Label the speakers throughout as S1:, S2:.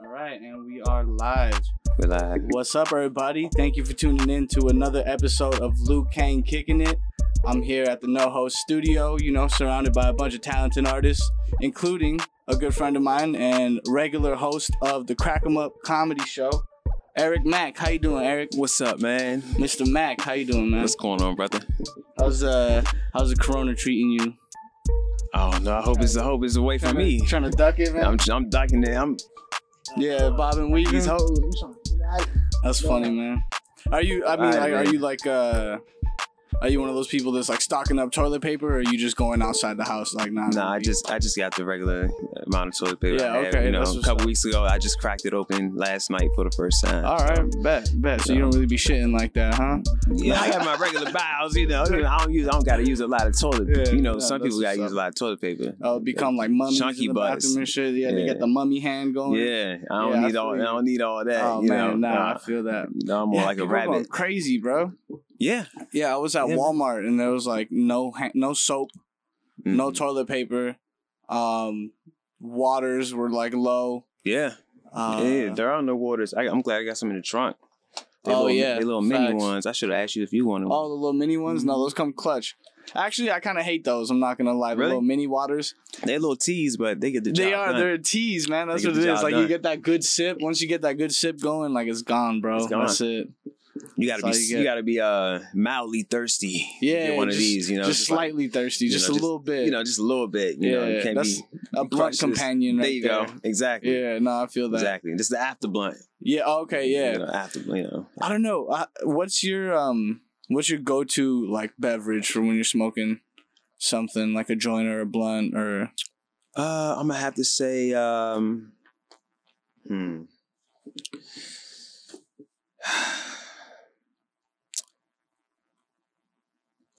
S1: right, and we are live.
S2: We're live.
S1: What's up, everybody? Thank you for tuning in to another episode of Luke Kane Kicking It. I'm here at the No Host Studio, you know, surrounded by a bunch of talented artists, including a good friend of mine and regular host of the Crack 'Em Up Comedy Show, Eric Mack. How you doing, Eric?
S2: What's up, man?
S1: Mr. Mack, how you doing, man?
S2: What's going on, brother?
S1: How's uh, how's the Corona treating you?
S2: Oh no, I hope it's I hope it's away from me.
S1: trying to duck it, man.
S2: I'm I'm docking it. I'm
S1: yeah, Bob and Weaving.
S2: these hoes.
S1: That's funny, man. Are you? I mean,
S2: Alright,
S1: like, are
S2: man.
S1: you like? uh Are you one of those people that's like stocking up toilet paper, or are you just going outside the house? Like, nah.
S2: Nah, I just I just got the regular amount of toilet paper.
S1: Yeah,
S2: I have,
S1: okay,
S2: You know,
S1: that's
S2: a
S1: what's
S2: couple
S1: up.
S2: weeks ago, I just cracked it open last night for the first time.
S1: All right, bet, bet. So you don't really be shitting like that, huh?
S2: Yeah, I got my regular bowels. You know, I don't use I don't gotta use a lot of toilet.
S1: Yeah,
S2: you know,
S1: yeah,
S2: some
S1: that's
S2: people gotta
S1: what's
S2: use a lot of toilet paper.
S1: Oh, become like mummies
S2: Chunky
S1: in the
S2: butts.
S1: bathroom and shit. Yeah, they
S2: Yeah.
S1: get the mummy hand going.
S2: Yeah, I
S1: Oh,
S2: don't
S1: Yeah, I
S2: need all
S1: feel
S2: I
S1: you.
S2: don't need all that.
S1: Oh
S2: you
S1: man,
S2: know,
S1: nah,
S2: Nah,
S1: I feel that.
S2: no, I'm more
S1: Yeah,
S2: like a
S1: people going
S2: rabbit.
S1: crazy, bro.
S2: Yeah,
S1: Yeah, I was at
S2: Yeah.
S1: Walmart and there was like no ha- no soap, no
S2: Mhm.
S1: toilet paper. Um, waters were like low.
S2: yeah.
S1: Uh,
S2: yeah, there are no waters. I, I'm glad I got some in the trunk. They
S1: Oh,
S2: little,
S1: yeah,
S2: they little mini
S1: facts.
S2: ones. I should have asked you if you wanted one.
S1: All the little mini ones?
S2: Mm-hmm.
S1: No, those come clutch. Actually, I kind of hate those. I'm not gonna lie. The
S2: Really?
S1: little mini waters.
S2: They're little teas, but they get the
S1: Oh. they
S2: job
S1: are.
S2: done.
S1: They're teas, man. That's
S2: They
S1: what
S2: get
S1: it
S2: the
S1: is.
S2: job
S1: Like you
S2: done.
S1: get that good sip. Once you get that good sip going, like it's gone, bro.
S2: It's gone.
S1: That's it.
S2: you gotta be
S1: that's all you
S2: you,
S1: get.
S2: gotta be uh mildly thirsty. to
S1: Yeah.
S2: get one
S1: just,
S2: of these, you know,
S1: just,
S2: like,
S1: slightly thirsty,
S2: you know,
S1: just a
S2: just-
S1: little bit.
S2: you know, just a little bit. You know,
S1: Yeah,
S2: you can't
S1: that's
S2: be
S1: a blunt
S2: crushes.
S1: companion. Right
S2: there you go. Exactly.
S1: Yeah, no, I feel that.
S2: Exactly. This is the after blunt.
S1: Yeah. oh, Okay.
S2: You
S1: Yeah.
S2: know, after you know.
S1: I don't know. I, what's your um? What's your go-to like beverage for when you're smoking something like a joint or a blunt or
S2: Uh, I'm gonna have to say, um, hmm.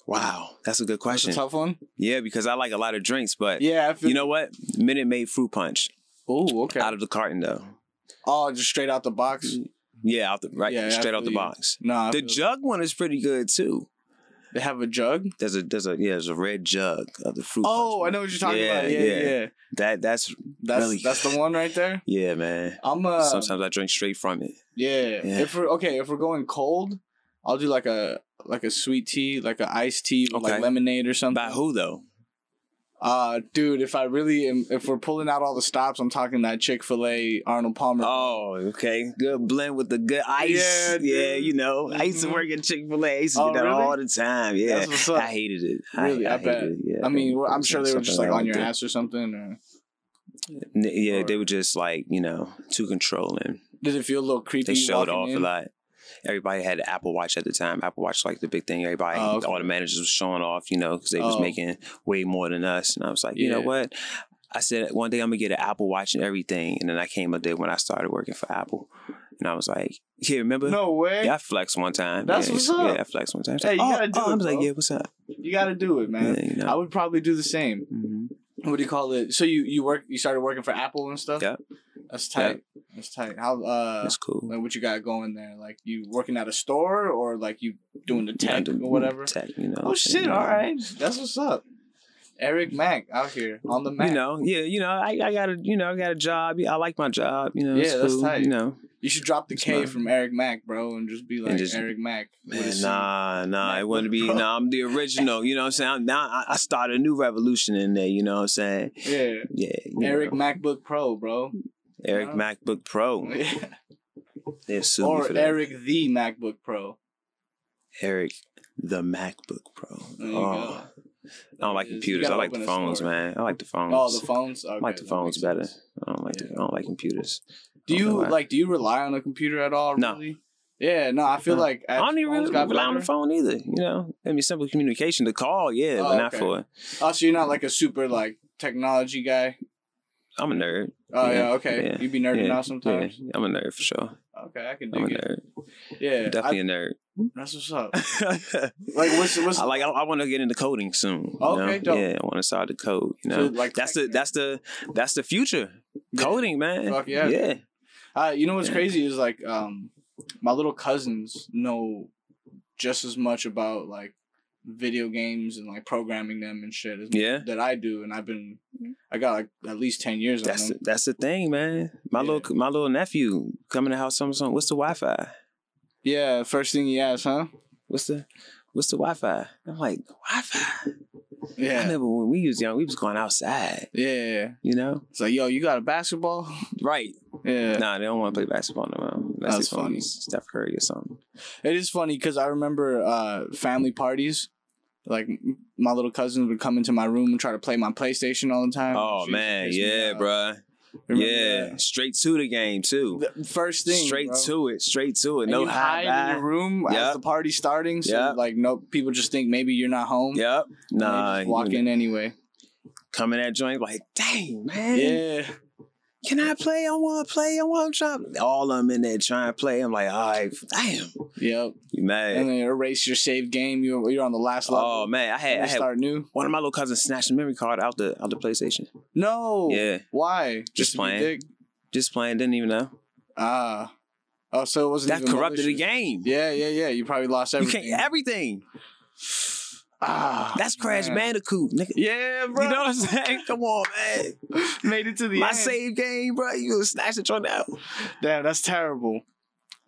S2: wow, that's a good
S1: that's
S2: question.
S1: a tough one?
S2: yeah, because I like a lot of drinks, but
S1: Yeah. I feel,
S2: Uh, you know what? Minute Maid fruit punch
S1: Oh, okay.
S2: out of the carton though.
S1: Oh, just straight out the box.
S2: Yeah, out the right,
S1: Yeah,
S2: straight out the
S1: absolutely.
S2: box.
S1: Nah,
S2: The jug one is pretty good too.
S1: they have a jug.
S2: There's a there's a yeah, there's a red jug of the fruit.
S1: Oh,
S2: punch.
S1: I know what you're talking
S2: Yeah,
S1: about. Yeah, yeah,
S2: yeah. that that's
S1: That's
S2: Really?
S1: that's the one right there.
S2: yeah, man.
S1: I'm uh,
S2: Sometimes I drink straight from it.
S1: yeah.
S2: Yeah.
S1: If we're okay, if we're going cold, I'll do like a like a sweet tea, like a iced tea, with like
S2: Okay.
S1: lemonade or something.
S2: By who though?
S1: Uh, dude, if I really am, if we're pulling out all the stops, I'm talking that Chick Fil A Arnold Palmer.
S2: Oh, okay. Good blend with the good
S1: Yeah,
S2: ice. Yeah,
S1: dude.
S2: you know. I used to
S1: Mhm.
S2: work at Chick fil A. I used to
S1: Oh,
S2: do that
S1: really?
S2: all the time. Yeah.
S1: That's what's up.
S2: I hated it.
S1: Really? I
S2: hated
S1: bet.
S2: it. Yeah,
S1: I mean, well, I'm
S2: Something-
S1: sure they were just like
S2: something
S1: on your
S2: that.
S1: ass or something. Or
S2: N- Yeah,
S1: Or-
S2: they were just like, you know, too controlling.
S1: did it feel a little creepy?
S2: They showed
S1: walking
S2: off a
S1: in?
S2: lot. Everybody had an Apple Watch at the time. Apple Watch like the big thing. Everybody,
S1: Oh, okay.
S2: all the managers was showing off, you know, because they was
S1: Oh.
S2: making way more than us. And I was like, you know
S1: Yeah.
S2: what? I said one day I'm gonna get an Apple Watch and everything. And then I came a day when I started working for Apple, and I was like, yeah, remember?
S1: No way.
S2: Yeah, I flexed one time.
S1: That's
S2: yeah,
S1: what's
S2: yeah,
S1: up.
S2: I flexed one time.
S1: Hey, you
S2: oh,
S1: gotta do
S2: oh, I
S1: it,
S2: was like,
S1: bro.
S2: yeah, what's up?
S1: You got to do it, man.
S2: Yeah, you know.
S1: I would probably do the same.
S2: Mhm.
S1: What do you call it? So you you work you started working for Apple and stuff.
S2: Yeah.
S1: That's tight. That's tight. How uh,
S2: That's cool.
S1: like, what you got going there? Like you working at a store or like you doing the
S2: I
S1: tech
S2: do
S1: or whatever?
S2: Tech, you know.
S1: Oh shit!
S2: you know.
S1: All right, that's what's up. Eric Mack out here on the Mac.
S2: You
S1: You,
S2: know, yeah, you know, I, I got a, you know, I got a job. Yeah, I like my job. You know,
S1: Yeah,
S2: it's
S1: that's
S2: cool,
S1: tight.
S2: You know,
S1: should drop the K
S2: Smart.
S1: from Eric Mack, bro, and just be like
S2: just-
S1: Eric Mack. with a
S2: man,
S1: C.
S2: nah, nah, it wouldn't be.
S1: Bro.
S2: Nah, I'm the original. You know what I'm saying? Now I, I started a new revolution in there. You know what I'm saying?
S1: Yeah.
S2: Yeah, you
S1: Eric
S2: know.
S1: MacBook Pro, bro.
S2: Eric
S1: Nah.
S2: MacBook Pro. They're suing me
S1: or
S2: for that.
S1: Eric the MacBook Pro.
S2: Eric, the MacBook Pro.
S1: There you
S2: oh,
S1: go.
S2: I don't like
S1: You
S2: computers. I
S1: gotta
S2: like the
S1: open a
S2: phones,
S1: store.
S2: man. I like the phones.
S1: Oh, the phones.
S2: I
S1: Okay,
S2: like the
S1: that
S2: phones
S1: makes
S2: better.
S1: sense.
S2: I don't like the, I don't like computers.
S1: Do
S2: I don't know
S1: you
S2: why.
S1: like? Do you rely on a computer at all?
S2: No.
S1: Really? Yeah. No, I feel
S2: No.
S1: like
S2: I don't even
S1: phones
S2: really
S1: got
S2: rely on the
S1: better.
S2: phone either. You know, I mean, simple communication, the call, yeah,
S1: Oh,
S2: but not
S1: okay.
S2: for.
S1: Oh, so you're not like a super like technology guy.
S2: I'm a nerd.
S1: Oh yeah.
S2: Yeah,
S1: okay.
S2: yeah,
S1: You'd be nerding
S2: yeah,
S1: out sometimes.
S2: Yeah, I'm a nerd for sure.
S1: Okay, I can
S2: I'm
S1: do
S2: a
S1: it.
S2: nerd.
S1: Yeah.
S2: Definitely a nerd.
S1: I- that's what's up. Like what's what's
S2: I like. I, I want to get into coding soon. you
S1: Okay,
S2: know?
S1: dope.
S2: Yeah, I want to start to code. You
S1: so,
S2: know,
S1: like
S2: that's the
S1: tech-
S2: that's the that's the future.
S1: Yeah.
S2: Coding, man.
S1: Fuck yeah.
S2: Yeah.
S1: Uh, you know what's
S2: Yeah.
S1: crazy is like um, my little cousins know just as much about like video games and like programming them and shit as
S2: Yeah.
S1: that I do, and I've been I got like at least ten years on
S2: That's
S1: them.
S2: the, that's the thing, man. My
S1: Yeah.
S2: little my little nephew coming to the house. Something. What's the Wi-Fi?
S1: Yeah, first thing he asked, huh?
S2: What's the What's the Wi-Fi? I'm like Wi-Fi. I
S1: Yeah.
S2: remember when we was young, we was going outside.
S1: Yeah.
S2: You know,
S1: It's like, yo, you got a basketball?
S2: right?
S1: Yeah.
S2: Nah, they don't want to play basketball no more. Unless
S1: That's
S2: it's gonna be
S1: funny.
S2: Steph Curry or something.
S1: It is funny because I remember uh, family parties. Like m- my little cousins would come into my room and try to play my PlayStation all the time. She
S2: Oh
S1: used to
S2: man,
S1: piss me
S2: yeah,
S1: off.
S2: bruh.
S1: Remember
S2: Yeah,
S1: that?
S2: straight to the game too.
S1: The first thing,
S2: straight
S1: bro.
S2: to it. Straight to it.
S1: And
S2: No
S1: you
S2: high
S1: hide in
S2: back.
S1: your room
S2: Yep.
S1: as the party's starting, so
S2: Yep.
S1: like no people just think maybe you're not home.
S2: Yep.
S1: and they
S2: Nah.
S1: just walk
S2: you
S1: in anyway.
S2: Come in that joint like, dang man.
S1: Yeah,
S2: Can I play? I want to play. I want to drop. All of them in there trying to play. I'm like, all right, damn.
S1: yep.
S2: You mad?
S1: And then erase your saved game. You're you're on the last level.
S2: oh man, I
S1: You
S2: had I had
S1: start new.
S2: one of my little cousins snatched a memory card out the out the PlayStation.
S1: No.
S2: Yeah,
S1: Why? Just, to be
S2: playing.
S1: dick?
S2: just playing. Didn't even know
S1: Ah. Oh, so it wasn't
S2: that
S1: even
S2: corrupted the
S1: malicious.
S2: game.
S1: Yeah, yeah, yeah. You probably lost
S2: you
S1: everything.
S2: can't everything.
S1: ah,
S2: That's Crash
S1: man.
S2: Bandicoot, nigga.
S1: Yeah, bro.
S2: You know what I'm saying? Come on, man.
S1: made it to the
S2: My
S1: end.
S2: save game, bro. You gonna snatch it right now?
S1: Damn, that's terrible.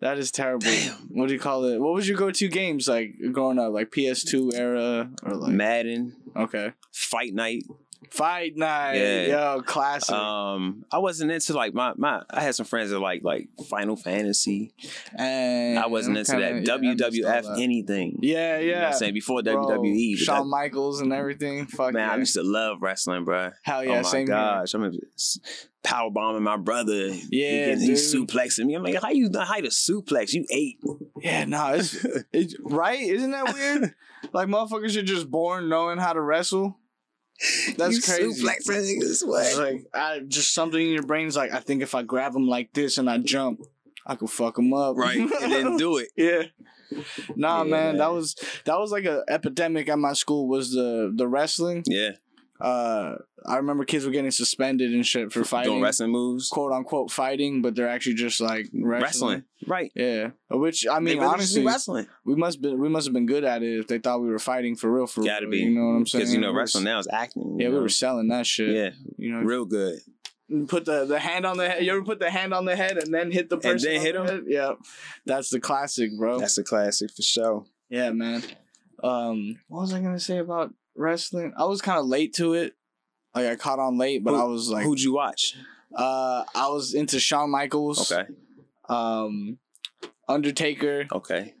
S1: That is terrible.
S2: Damn.
S1: What do you call it? What was your go-to games like growing up, like PS2 era or like?
S2: Madden,
S1: Okay,
S2: Fight Night.
S1: Fight Night.
S2: Yeah.
S1: Yo, classic.
S2: Um, I wasn't into like my my. I had some friends that like like Final Fantasy.
S1: and
S2: I wasn't into
S1: kinda-
S2: that
S1: yeah, I missed all
S2: WWF
S1: that.
S2: anything.
S1: Yeah, yeah.
S2: You know what I'm saying? Before
S1: Bro,
S2: WWE. but
S1: Shawn Michaels and everything. Fuck
S2: that- man, I
S1: yeah.
S2: used to love wrestling, bro.
S1: Hell yeah,
S2: oh my
S1: same here.
S2: gosh. I'm power bombing my brother. He
S1: Yeah,
S2: getting- he's
S1: dude.
S2: suplexing me. I'm like, how you not how to suplex? You eight.
S1: Yeah, no, it's, it's right. Isn't that weird? like motherfuckers are just born knowing how to wrestle. That's
S2: you
S1: crazy.
S2: Suplexing niggas.
S1: It's
S2: What?
S1: like I just something in your brain's like I think if I grab him like this and I jump, I could fuck him up.
S2: Right. And then do it.
S1: yeah. Nah,
S2: Yeah,
S1: man, that
S2: man.
S1: was that was like a epidemic at my school was the the wrestling.
S2: Yeah.
S1: Uh, I remember kids were getting suspended and shit for
S2: Doing
S1: fighting,
S2: wrestling moves.
S1: quote unquote fighting, but they're actually just like wrestling.
S2: Wrestling. Right.
S1: Yeah, which I
S2: They
S1: mean,
S2: really just be
S1: honestly,
S2: wrestling.
S1: we must been we must have been good at it if they thought we were fighting for real for
S2: Gotta
S1: real,
S2: be.
S1: You know what I'm saying?
S2: Because you know,
S1: We were-
S2: wrestling now is acting.
S1: Yeah,
S2: you
S1: we
S2: know?
S1: were selling that shit.
S2: Yeah,
S1: You know,
S2: real good.
S1: put the, the hand on the head. You ever put the hand on the head and then hit the person?
S2: then
S1: on
S2: hit
S1: the
S2: him?
S1: head? Yeah, that's the classic, bro.
S2: That's a classic for sure.
S1: yeah, man. Um, what was I gonna say about wrestling? I was kind of late to it. Like I caught on late, but
S2: Who-
S1: I was like,
S2: Who'd you watch?
S1: uh, I was into Shawn Michaels.
S2: Okay,
S1: Um. Undertaker,
S2: okay.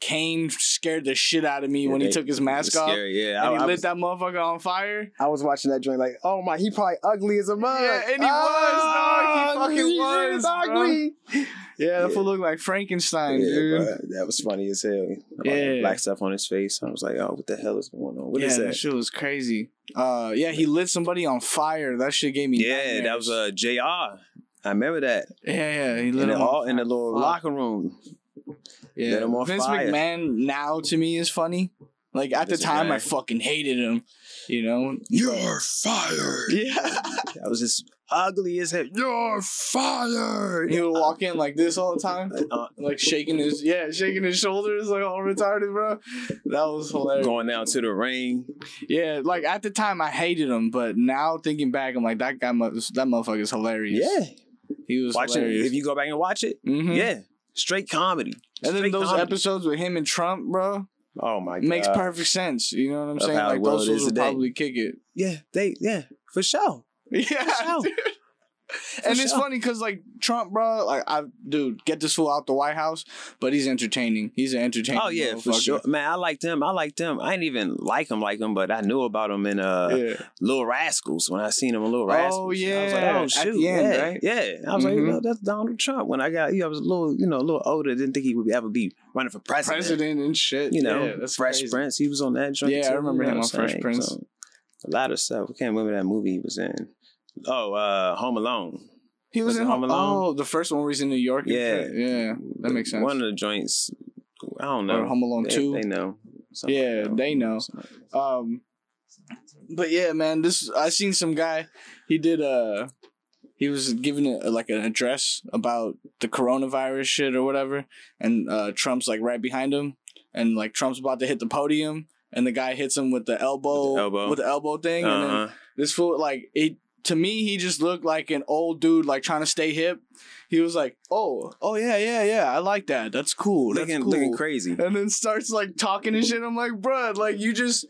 S1: Kane scared the shit out of me
S2: Yeah,
S1: when he
S2: they-
S1: took his
S2: That's
S1: mask off.
S2: scary. Yeah,
S1: and
S2: I,
S1: he
S2: I
S1: lit
S2: was,
S1: that motherfucker on fire.
S2: I was watching that joint like, oh my, he probably ugly as a mug.
S1: Yeah, and he
S2: Ah,
S1: was, dog. He fucking
S2: really
S1: was, bro. Yeah, that fool looked like Frankenstein,
S2: Yeah,
S1: dude.
S2: bro, that was funny as hell. Like,
S1: Yeah.
S2: black stuff on his face. I was like, oh, what the hell is going on? What
S1: yeah,
S2: is
S1: that?
S2: that?
S1: shit was crazy. Uh, yeah, he lit somebody on fire. That shit gave me.
S2: Yeah, that was
S1: nightmares.
S2: uh, Jr. I remember that
S1: Yeah, yeah, he lit
S2: in the,
S1: him
S2: all
S1: all.
S2: in the little
S1: Fuck.
S2: locker room.
S1: Yeah,
S2: lit him on
S1: Vince
S2: fire.
S1: McMahon now to me is funny. Like at
S2: Vince
S1: the time, I
S2: McMahon.
S1: fucking hated him. You know.
S2: fired.
S1: Yeah.
S2: That was just ugly as hell. You're fired.
S1: he would walk in like this all the time,
S2: Uh,
S1: like shaking his yeah, shaking his shoulders like all retarded, bro. That was hilarious.
S2: going down to the ring.
S1: Yeah, like at the time I hated him, but now thinking back, I'm like that guy. Must, that motherfucker's hilarious.
S2: Yeah.
S1: he was
S2: Watch it.
S1: hilarious.
S2: If you go back and watch it,
S1: Mhm.
S2: yeah. Straight comedy.
S1: And then
S2: Straight
S1: those
S2: comedy.
S1: episodes with him and Trump, bro,
S2: Oh my god.
S1: makes perfect sense. You know what I'm
S2: Of
S1: saying?
S2: how
S1: Like
S2: the world
S1: those fools
S2: is
S1: would
S2: today.
S1: probably kick it.
S2: Yeah, they yeah, for sure.
S1: Yeah,
S2: sure.
S1: dude. and it's
S2: sure.
S1: funny because like Trump, bro, like I, dude, get this fool out the White House, but he's entertaining. He's an entertaining.
S2: Oh yeah, for
S1: motherfucker.
S2: sure. Man, I liked them. I liked them. I didn't even like them like them, but I knew about them in uh
S1: yeah,
S2: Little Rascals when I seen him in Little
S1: Oh,
S2: Rascals. I was like,
S1: yeah.
S2: oh
S1: At
S2: shoot,
S1: the end,
S2: yeah,
S1: right?
S2: yeah. I was
S1: Mhm.
S2: like, no, that's Donald Trump. When I got, you know, I was a little, you know, a little older. Didn't think he would ever be running for president.
S1: president and shit.
S2: You know,
S1: yeah, that's
S2: Fresh
S1: crazy.
S2: Prince. He was on that joint.
S1: Yeah, I
S2: too,
S1: remember
S2: you
S1: him
S2: know what
S1: on
S2: I'm
S1: Fresh
S2: saying?
S1: Prince.
S2: So, a lot of stuff. I can't remember that movie he was in. Oh, uh, Home Alone.
S1: He was,
S2: Was it
S1: in
S2: Home Alone?
S1: Oh, the first one where he's in New York. and
S2: Yeah.
S1: shit. yeah, that makes sense.
S2: One of the joints. I don't know.
S1: or Home Alone
S2: they,
S1: Two.
S2: They know. Something
S1: Yeah,
S2: like that.
S1: they know.
S2: Something.
S1: Um, but yeah, man, this I seen some guy. He did uh he was giving a, like an address about the coronavirus shit or whatever, and uh, Trump's like right behind him, and like Trump's about to hit the podium, and the guy hits him with the elbow,
S2: With the elbow.
S1: with the elbow thing, and then
S2: Uh-huh.
S1: this fool like it to me he just looked like an old dude like trying to stay hip. He was like, "Oh, oh yeah, yeah, yeah, I like that. That's cool. That's
S2: Looking,
S1: cool."
S2: looking crazy.
S1: and then starts like talking and shit. I'm like, bruh, like you just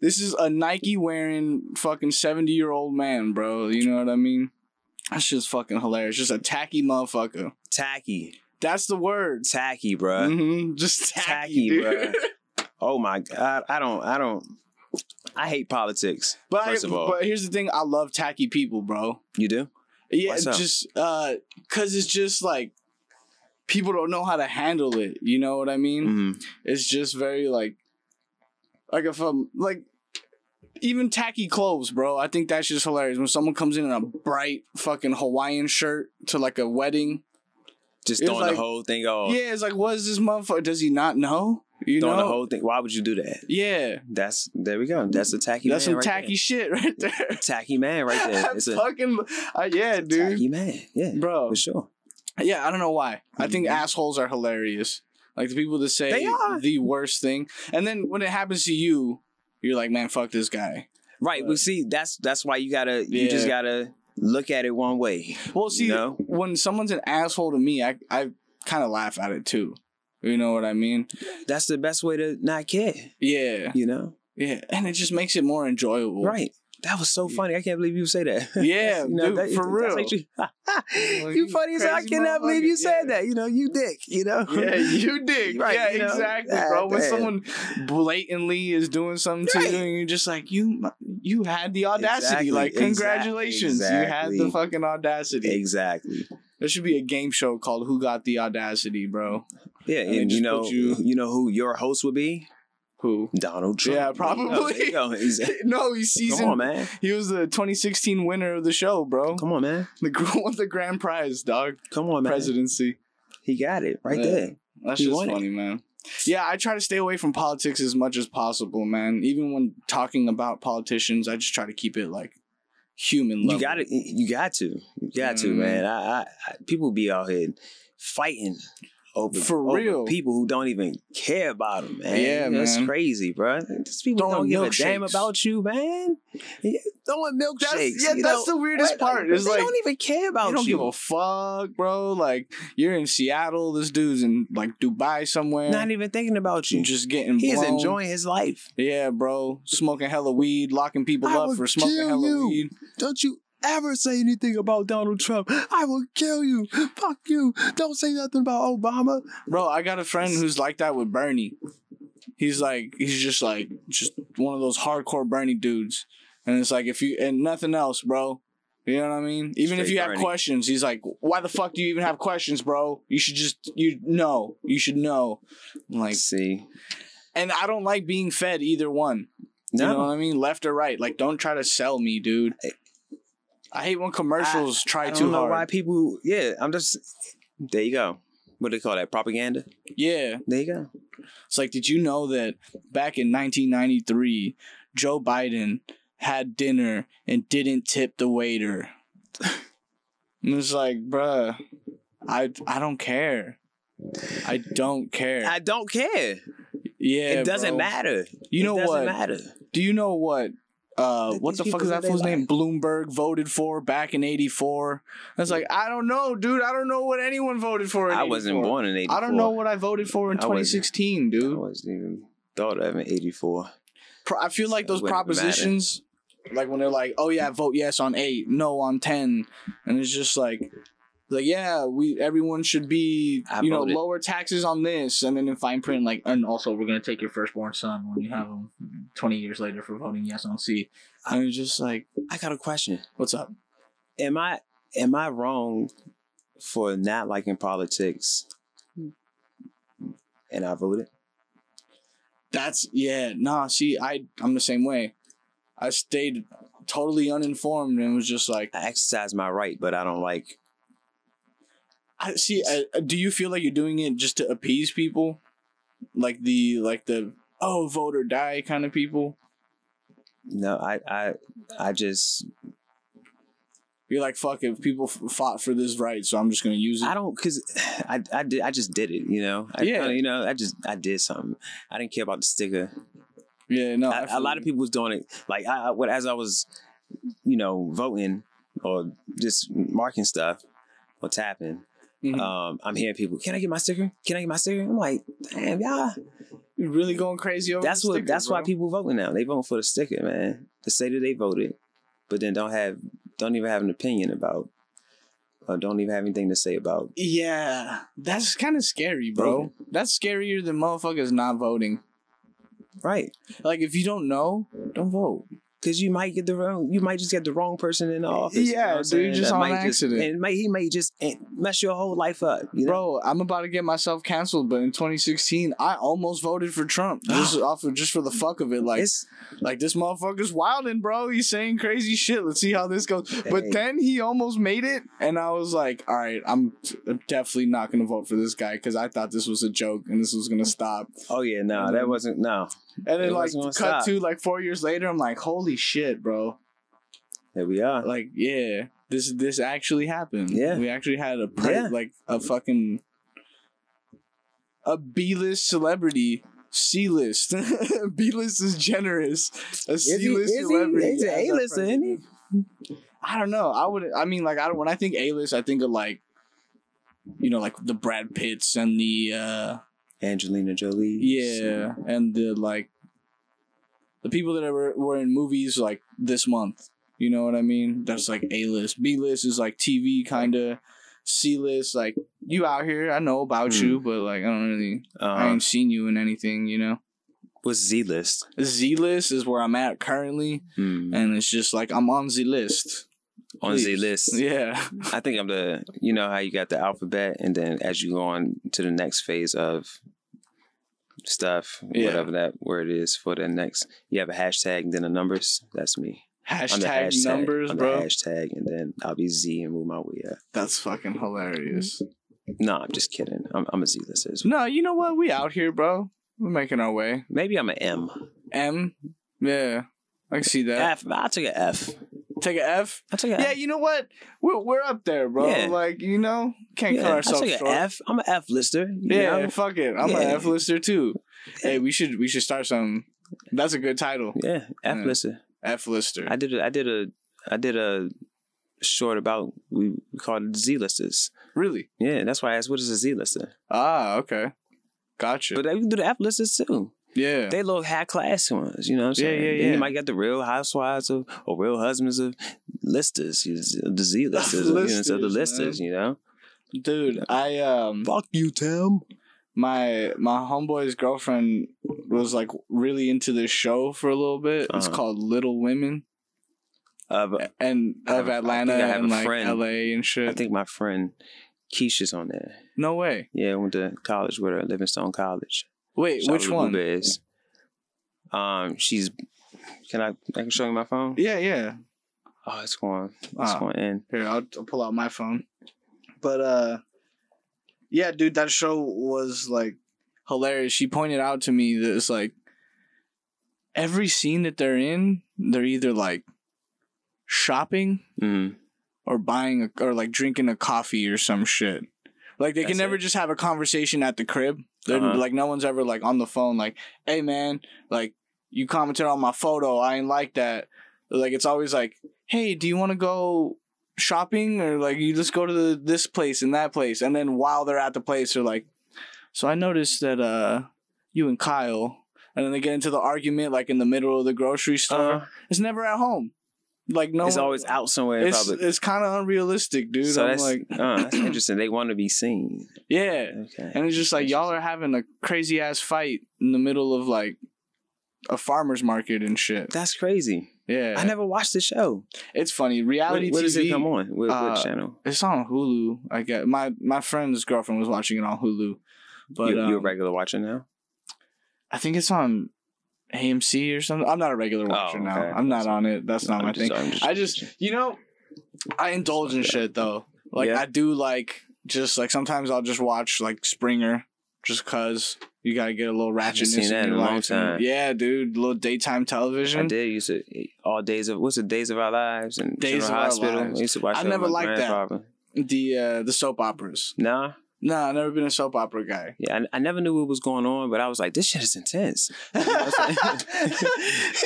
S1: this is a Nike wearing fucking 70 year old man, bro. You know what I mean? That's just fucking hilarious. Just a tacky motherfucker.
S2: Tacky.
S1: That's the word.
S2: Tacky, bruh.
S1: hmm Just tacky,
S2: Tacky,
S1: dude.
S2: bruh. Oh my god. I don't I don't I hate politics.
S1: But, I,
S2: First of all.
S1: but here's the thing: I love tacky people, bro.
S2: You do?
S1: Yeah,
S2: Why so?
S1: just uh, cause it's just like people don't know how to handle it. You know what I mean?
S2: hmm
S1: It's just very like, like if I'm like, even tacky clothes, bro. I think that's just hilarious when someone comes in in a bright fucking Hawaiian shirt to like a wedding.
S2: Just
S1: It's
S2: throwing
S1: like-
S2: the whole thing off.
S1: Yeah, it's like, what is this motherfucker? Does he not know? You
S2: Oh. throwing
S1: know?
S2: the whole thing. Why would you do that?
S1: yeah,
S2: That's there we go. That's a tacky
S1: that's some
S2: man. right
S1: tacky shit right there.
S2: there. tacky man right there. It's a
S1: fucking uh, yeah, dude,
S2: tacky man. Yeah.
S1: bro.
S2: For sure.
S1: Yeah, I don't know why. I think
S2: Mhm.
S1: assholes are hilarious. Like the people that say
S2: They are.
S1: the worst thing, and then when it happens to you, you're like, man, fuck this guy.
S2: Right.
S1: But-
S2: But see, that's that's why you gotta you just
S1: Yeah.
S2: gotta look at it one way.
S1: Well, see,
S2: you know?
S1: when someone's an asshole to me, I I kind of laugh at it too. You know what I mean?
S2: That's the best way to not care,
S1: Yeah,
S2: you know?
S1: yeah, and it just makes it more enjoyable.
S2: Right. That was so funny. I can't believe you say that.
S1: Yeah,
S2: You know,
S1: dude,
S2: that-
S1: for real.
S2: that's actually-
S1: you
S2: you funny as hell. I
S1: crazy
S2: cannot believe you
S1: motherfucker.
S2: said
S1: Yeah.
S2: that. You know, you dick. You know.
S1: Yeah, you dig.
S2: Right,
S1: yeah,
S2: you know?
S1: exactly,
S2: Ah,
S1: bro. When
S2: damn.
S1: someone blatantly is doing something to
S2: Right.
S1: you, and you're just like, you you had the audacity.
S2: Exactly,
S1: Like,
S2: exact-
S1: congratulations, you had the
S2: exactly.
S1: fucking audacity.
S2: Exactly.
S1: There should be a game show called "Who Got the Audacity," bro.
S2: Yeah,
S1: And they
S2: and
S1: just
S2: you know,
S1: put
S2: you...
S1: you-
S2: know who your host would be?
S1: Who?
S2: Donald Trump.
S1: Yeah,
S2: There you go,
S1: probably.
S2: there you go. Exactly.
S1: no, he's season.
S2: Come on, man.
S1: He was the 2016 winner of the show, bro.
S2: Come on, man.
S1: The gr- won the grand prize, dog.
S2: Come on, Oh, man.
S1: Presidency.
S2: He got it right
S1: Yeah.
S2: there.
S1: That's
S2: He
S1: just
S2: won it.
S1: funny, man. Yeah, I try to stay away from politics as much as possible, man. Even when talking about politicians, I just try to keep it like human level.
S2: You got it. Mm-hmm. You got to. You got to,
S1: Mm.
S2: man. I, I, I people be out here fighting over
S1: For
S2: over
S1: real.
S2: people who don't even care about them, man.
S1: Yeah,
S2: that's
S1: man.
S2: crazy, bro. These people
S1: Throwing
S2: don't give a damn
S1: milkshakes.
S2: about you, man. Yeah, Throwing milkshakes.
S1: That's, yeah,
S2: you
S1: that's the
S2: know?
S1: weirdest
S2: What?
S1: part.
S2: They
S1: Is like
S2: don't even care about
S1: you don't
S2: you.
S1: give a fuck, bro. Like you're in Seattle, this dude's in like Dubai somewhere.
S2: Not even thinking about you.
S1: just getting
S2: He is
S1: blown.
S2: enjoying his life.
S1: Yeah, bro. Smoking hella weed, locking people
S2: I
S1: up
S2: would
S1: for smoking
S2: kill
S1: hella
S2: you.
S1: weed.
S2: Don't you ever say anything about Donald Trump. I will kill you. Fuck you. Don't say nothing about Obama.
S1: Bro, I got a friend who's like that with Bernie. He's like, he's just like, just one of those hardcore Bernie dudes. And it's like, if you, and nothing else, bro. You know what I mean? Even if
S2: Straight
S1: you have
S2: Bernie.
S1: questions, he's like, why the fuck do you even have questions, bro? You should just, you know, you should know. I'm like,
S2: see.
S1: and I don't like being fed either one.
S2: No.
S1: You know what I mean? Left or right. Like, don't try to sell me, dude. I hate when commercials try
S2: I
S1: too
S2: don't know
S1: hard.
S2: why people. Yeah, I'm just. There you go. What do they call that? Propaganda.
S1: Yeah.
S2: There you go.
S1: It's like, did you know that back in 1993, Joe Biden had dinner and didn't tip the waiter? and it's like, bruh, I I don't care. I don't care.
S2: I don't care.
S1: yeah,
S2: it doesn't
S1: bro.
S2: matter.
S1: You
S2: It
S1: know
S2: doesn't
S1: what?
S2: matter.
S1: Do you know what? Uh,
S2: That
S1: what the
S2: these
S1: fuck is
S2: people
S1: that
S2: that
S1: fool's
S2: they
S1: name? Bloomberg voted for back in '84. I was like, I don't know, dude. I don't know what anyone voted for. in
S2: I wasn't
S1: 84.
S2: born in '84.
S1: I don't know what I voted for in
S2: I wasn't.
S1: 2016,
S2: I
S1: dude.
S2: wasn't even thought of in '84.
S1: pro- I feel like
S2: So it
S1: those
S2: wouldn't matter.
S1: propositions, like when they're like, "Oh yeah, vote yes on eight, no on 10. and it's just like, like yeah, we everyone should be,
S2: I
S1: you know,
S2: voted.
S1: lower taxes on this, and then in fine print, like, and also we're gonna take your firstborn son when you have him twenty years later for voting yes on C. And it's just like,
S2: I got a question.
S1: what's up?
S2: Am I am I wrong for not liking politics? And I voted.
S1: That's yeah, nah. See, I I'm the same way. I stayed totally uninformed and was just like,
S2: I exercise my right, but I don't like.
S1: I see. I, do you feel like you're doing it just to appease people, like the like the oh vote or die kind of people?
S2: No, I I I just
S1: You're like fuck if people f- fought for this right, so I'm just gonna use it.
S2: I don't because I I did I just did it. You know. I,
S1: Yeah.
S2: You know I just I did something. I didn't care about the sticker.
S1: Yeah, no.
S2: I, a lot of
S1: absolutely.
S2: people was doing it like I, I what as I was, you know, voting or just marking stuff or tapping.
S1: Mhm.
S2: Um, I'm hearing people, can I get my sticker? Can I get my sticker? I'm like, damn, y'all.
S1: You really going crazy over
S2: That's
S1: the
S2: what.
S1: sticker,
S2: that's why
S1: bro.
S2: people voting now. They voting for the sticker, man. To say that they voted, but then don't have, don't even have an opinion about, or don't even have anything to say about.
S1: Yeah, that's kind of scary, bro. That's scarier than motherfuckers not voting.
S2: Right?
S1: Like, if you don't know, don't vote.
S2: Because you might get the wrong, you might just get the wrong person in the office. you know
S1: Yeah,
S2: what I'm
S1: dude,
S2: saying?
S1: just
S2: That
S1: on
S2: might
S1: accident.
S2: and it may, he may just eh, mess your whole life up. You know?
S1: Bro, I'm about to get myself canceled, but in 2016, I almost voted for Trump just off of just for the fuck of it. Like,
S2: it's
S1: like this motherfucker's wilding, bro. He's saying crazy shit. Let's see how this goes. But
S2: Hey.
S1: then he almost made it, and I was like, all right, I'm I'm definitely not gonna vote for this guy because I thought this was a joke and this was gonna stop.
S2: oh yeah, no,
S1: Mhm.
S2: that wasn't no.
S1: And then
S2: It
S1: like
S2: wasn't
S1: cut
S2: gonna stop.
S1: to like four years later, I'm like, holy shit, bro.
S2: There we are.
S1: Like, yeah, this this actually happened.
S2: Yeah.
S1: we actually had a pre-
S2: Yeah.
S1: like a fucking a B list celebrity. C list, B list is generous. A
S2: he-
S1: C list
S2: is he?
S1: celebrity.
S2: He's an
S1: as our
S2: A-lister, isn't he?
S1: president. I don't know. I would. I mean, like, I don't. When I think A list, I think of like, you know, like the Brad Pitts and the uh
S2: Angelina Jolie.
S1: yeah, and the like the people that were were in movies like this month. You know what I mean? That's like A list. B list is like TV kind of. C list like you out here. I know about
S2: Hmm.
S1: you, but like I don't really. I
S2: Um,
S1: ain't seen you in anything. You know.
S2: was Z list.
S1: Z list is where I'm at currently, and it's just like I'm on Z list.
S2: On Z
S1: please.
S2: list.
S1: Yeah.
S2: I think I'm the you know how you got the alphabet and then as you go on to the next phase of stuff,
S1: Yeah.
S2: whatever that word is for the next you have a hashtag and then the numbers. That's me. I'm the
S1: Hashtag numbers,
S2: I'm the
S1: bro.
S2: hashtag and then I'll be Z and move my way up.
S1: That's fucking hilarious.
S2: No, I'm just kidding. I'm, I'm a Z list as well.
S1: No, you know what? We out here, bro. We're making our way.
S2: Maybe I'm an M.
S1: M. Yeah. I can see that.
S2: F. I took an F.
S1: Take a F.
S2: I took an
S1: Yeah,
S2: F.
S1: you know what? We're we're up there, bro.
S2: Yeah.
S1: Like you know, can't cut
S2: I took
S1: ourselves
S2: an
S1: short.
S2: F. I'm an F lister. you
S1: Yeah,
S2: know?
S1: fuck it. I'm an
S2: Yeah.
S1: F lister too.
S2: Yeah.
S1: Hey, we should we should start some. That's a good title,
S2: Yeah. F
S1: Yeah.
S2: lister.
S1: F lister.
S2: I did a I did a I did a short about we we called it Z listers.
S1: Really?
S2: Yeah, that's why I asked what is a Z lister.
S1: Ah, okay. Gotcha.
S2: But they can do the F listers too.
S1: yeah.
S2: They little high class ones, you know what I'm
S1: Yeah,
S2: saying?
S1: yeah,
S2: Then
S1: yeah.
S2: You might get the real housewives of or real husbands of listers, you- the Z listers, you know, so the
S1: Listers,
S2: listers, you know.
S1: Dude, I um
S2: Fuck you, Tim.
S1: my my homeboy's girlfriend was like really into this show for a little bit. It's
S2: Uh-huh.
S1: called Little Women,
S2: Of
S1: and
S2: I
S1: of
S2: have a- I
S1: Atlanta
S2: think I have
S1: and
S2: a
S1: like
S2: friend.
S1: L.A. and shit.
S2: I think my friend Keisha's on there.
S1: no way.
S2: Yeah, I went to college with her, Livingstone College.
S1: Wait,
S2: Shout out
S1: which
S2: to
S1: one?
S2: Blue Bears. Um, she's. Can I? I can show you my phone.
S1: Yeah, yeah.
S2: Oh, it's going. It's
S1: Ah.
S2: going in.
S1: Here, I'll, I'll pull out my phone. But uh, yeah, dude, that show was like hilarious. She pointed out to me that it's like every scene that they're in, they're either like shopping
S2: Mm.
S1: or buying a, or like drinking a coffee or some shit. Like they can
S2: That's
S1: never
S2: it.
S1: just have a conversation at the crib. They're,
S2: Uh-huh.
S1: Like no one's ever like on the phone. Like, hey man, like you commented on my photo. I ain't like that. Like it's always like, hey, do you want to go shopping or like you just go to the, this place and that place? And then while they're at the place, they're like, so I noticed that uh you and Kyle. And then they get into the argument like in the middle of the grocery store.
S2: Uh,
S1: it's never at home. Like no,
S2: it's
S1: one-
S2: always out somewhere in
S1: it's,
S2: public.
S1: it's kind of unrealistic, dude.
S2: so
S1: I'm
S2: that's
S1: like,
S2: uh, that's interesting. They want to be seen.
S1: yeah,
S2: Okay.
S1: and it's just like y'all are having a crazy ass fight in the middle of like a farmer's market and shit.
S2: that's crazy.
S1: Yeah,
S2: I never watched the show.
S1: it's funny.
S2: What,
S1: Reality
S2: what
S1: TV.
S2: does it come on? What,
S1: uh,
S2: what channel?
S1: It's on Hulu. I guess my my friend's girlfriend was watching it on Hulu, but
S2: you, you're a
S1: um,
S2: regular watcher now.
S1: I think it's on AMC or something. I'm not a regular watcher now.
S2: Oh, okay.
S1: I'm not on it. That's not
S2: I'm
S1: my thing.
S2: just- I'm
S1: I just, you know, I indulge in shit though. Like
S2: Yeah.
S1: I do like just like sometimes I'll just watch like Springer just cause you gotta get a little
S2: haven't
S1: ratchetness
S2: seen that
S1: in your
S2: in a long
S1: life. and-
S2: time.
S1: Yeah, dude, little daytime television.
S2: I
S1: I,
S2: did used to all days of what's the days of our lives and
S1: Days
S2: General
S1: of Our
S2: hospital.
S1: Lives.
S2: I used to watch.
S1: I
S2: that with
S1: never
S2: my
S1: liked that.
S2: grandfather.
S1: The uh the soap operas.
S2: Nah,
S1: Nah, I've never been a soap opera guy.
S2: Yeah, I, I never knew what was going on, but I was like, this shit is intense.
S1: Yo,
S2: saying?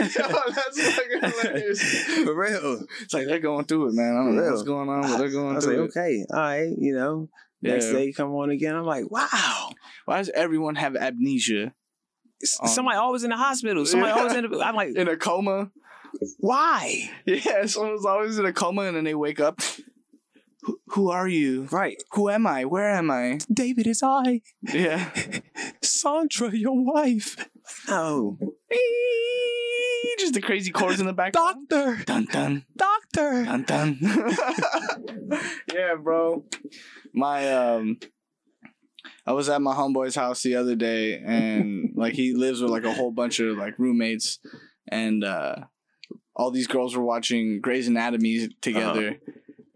S1: that's fucking hilarious.
S2: For real.
S1: It's like they're going through it, man. I don't know
S2: Real.
S1: what's going on, but they're
S2: I
S1: going
S2: was like,
S1: through it.
S2: okay, all right, you know. Next
S1: Yeah.
S2: day, come on again. I'm like, wow.
S1: Why does everyone have amnesia?
S2: S-
S1: Um,
S2: somebody always in the hospital. Somebody
S1: Yeah.
S2: always in the. I'm like,
S1: In a coma?
S2: why?
S1: Yeah, someone's always in a coma and then they wake up. Who, who are you?
S2: Right.
S1: Who am I? Where am I?
S2: David is I.
S1: Yeah.
S2: Sandra, your wife. No.
S1: Just the crazy chords in the background.
S2: Doctor.
S1: Dun dun.
S2: Doctor.
S1: Dun dun. yeah, bro. My um I was at my homeboy's house the other day and like he lives with like a whole bunch of like roommates and uh all these girls were watching Grey's Anatomy together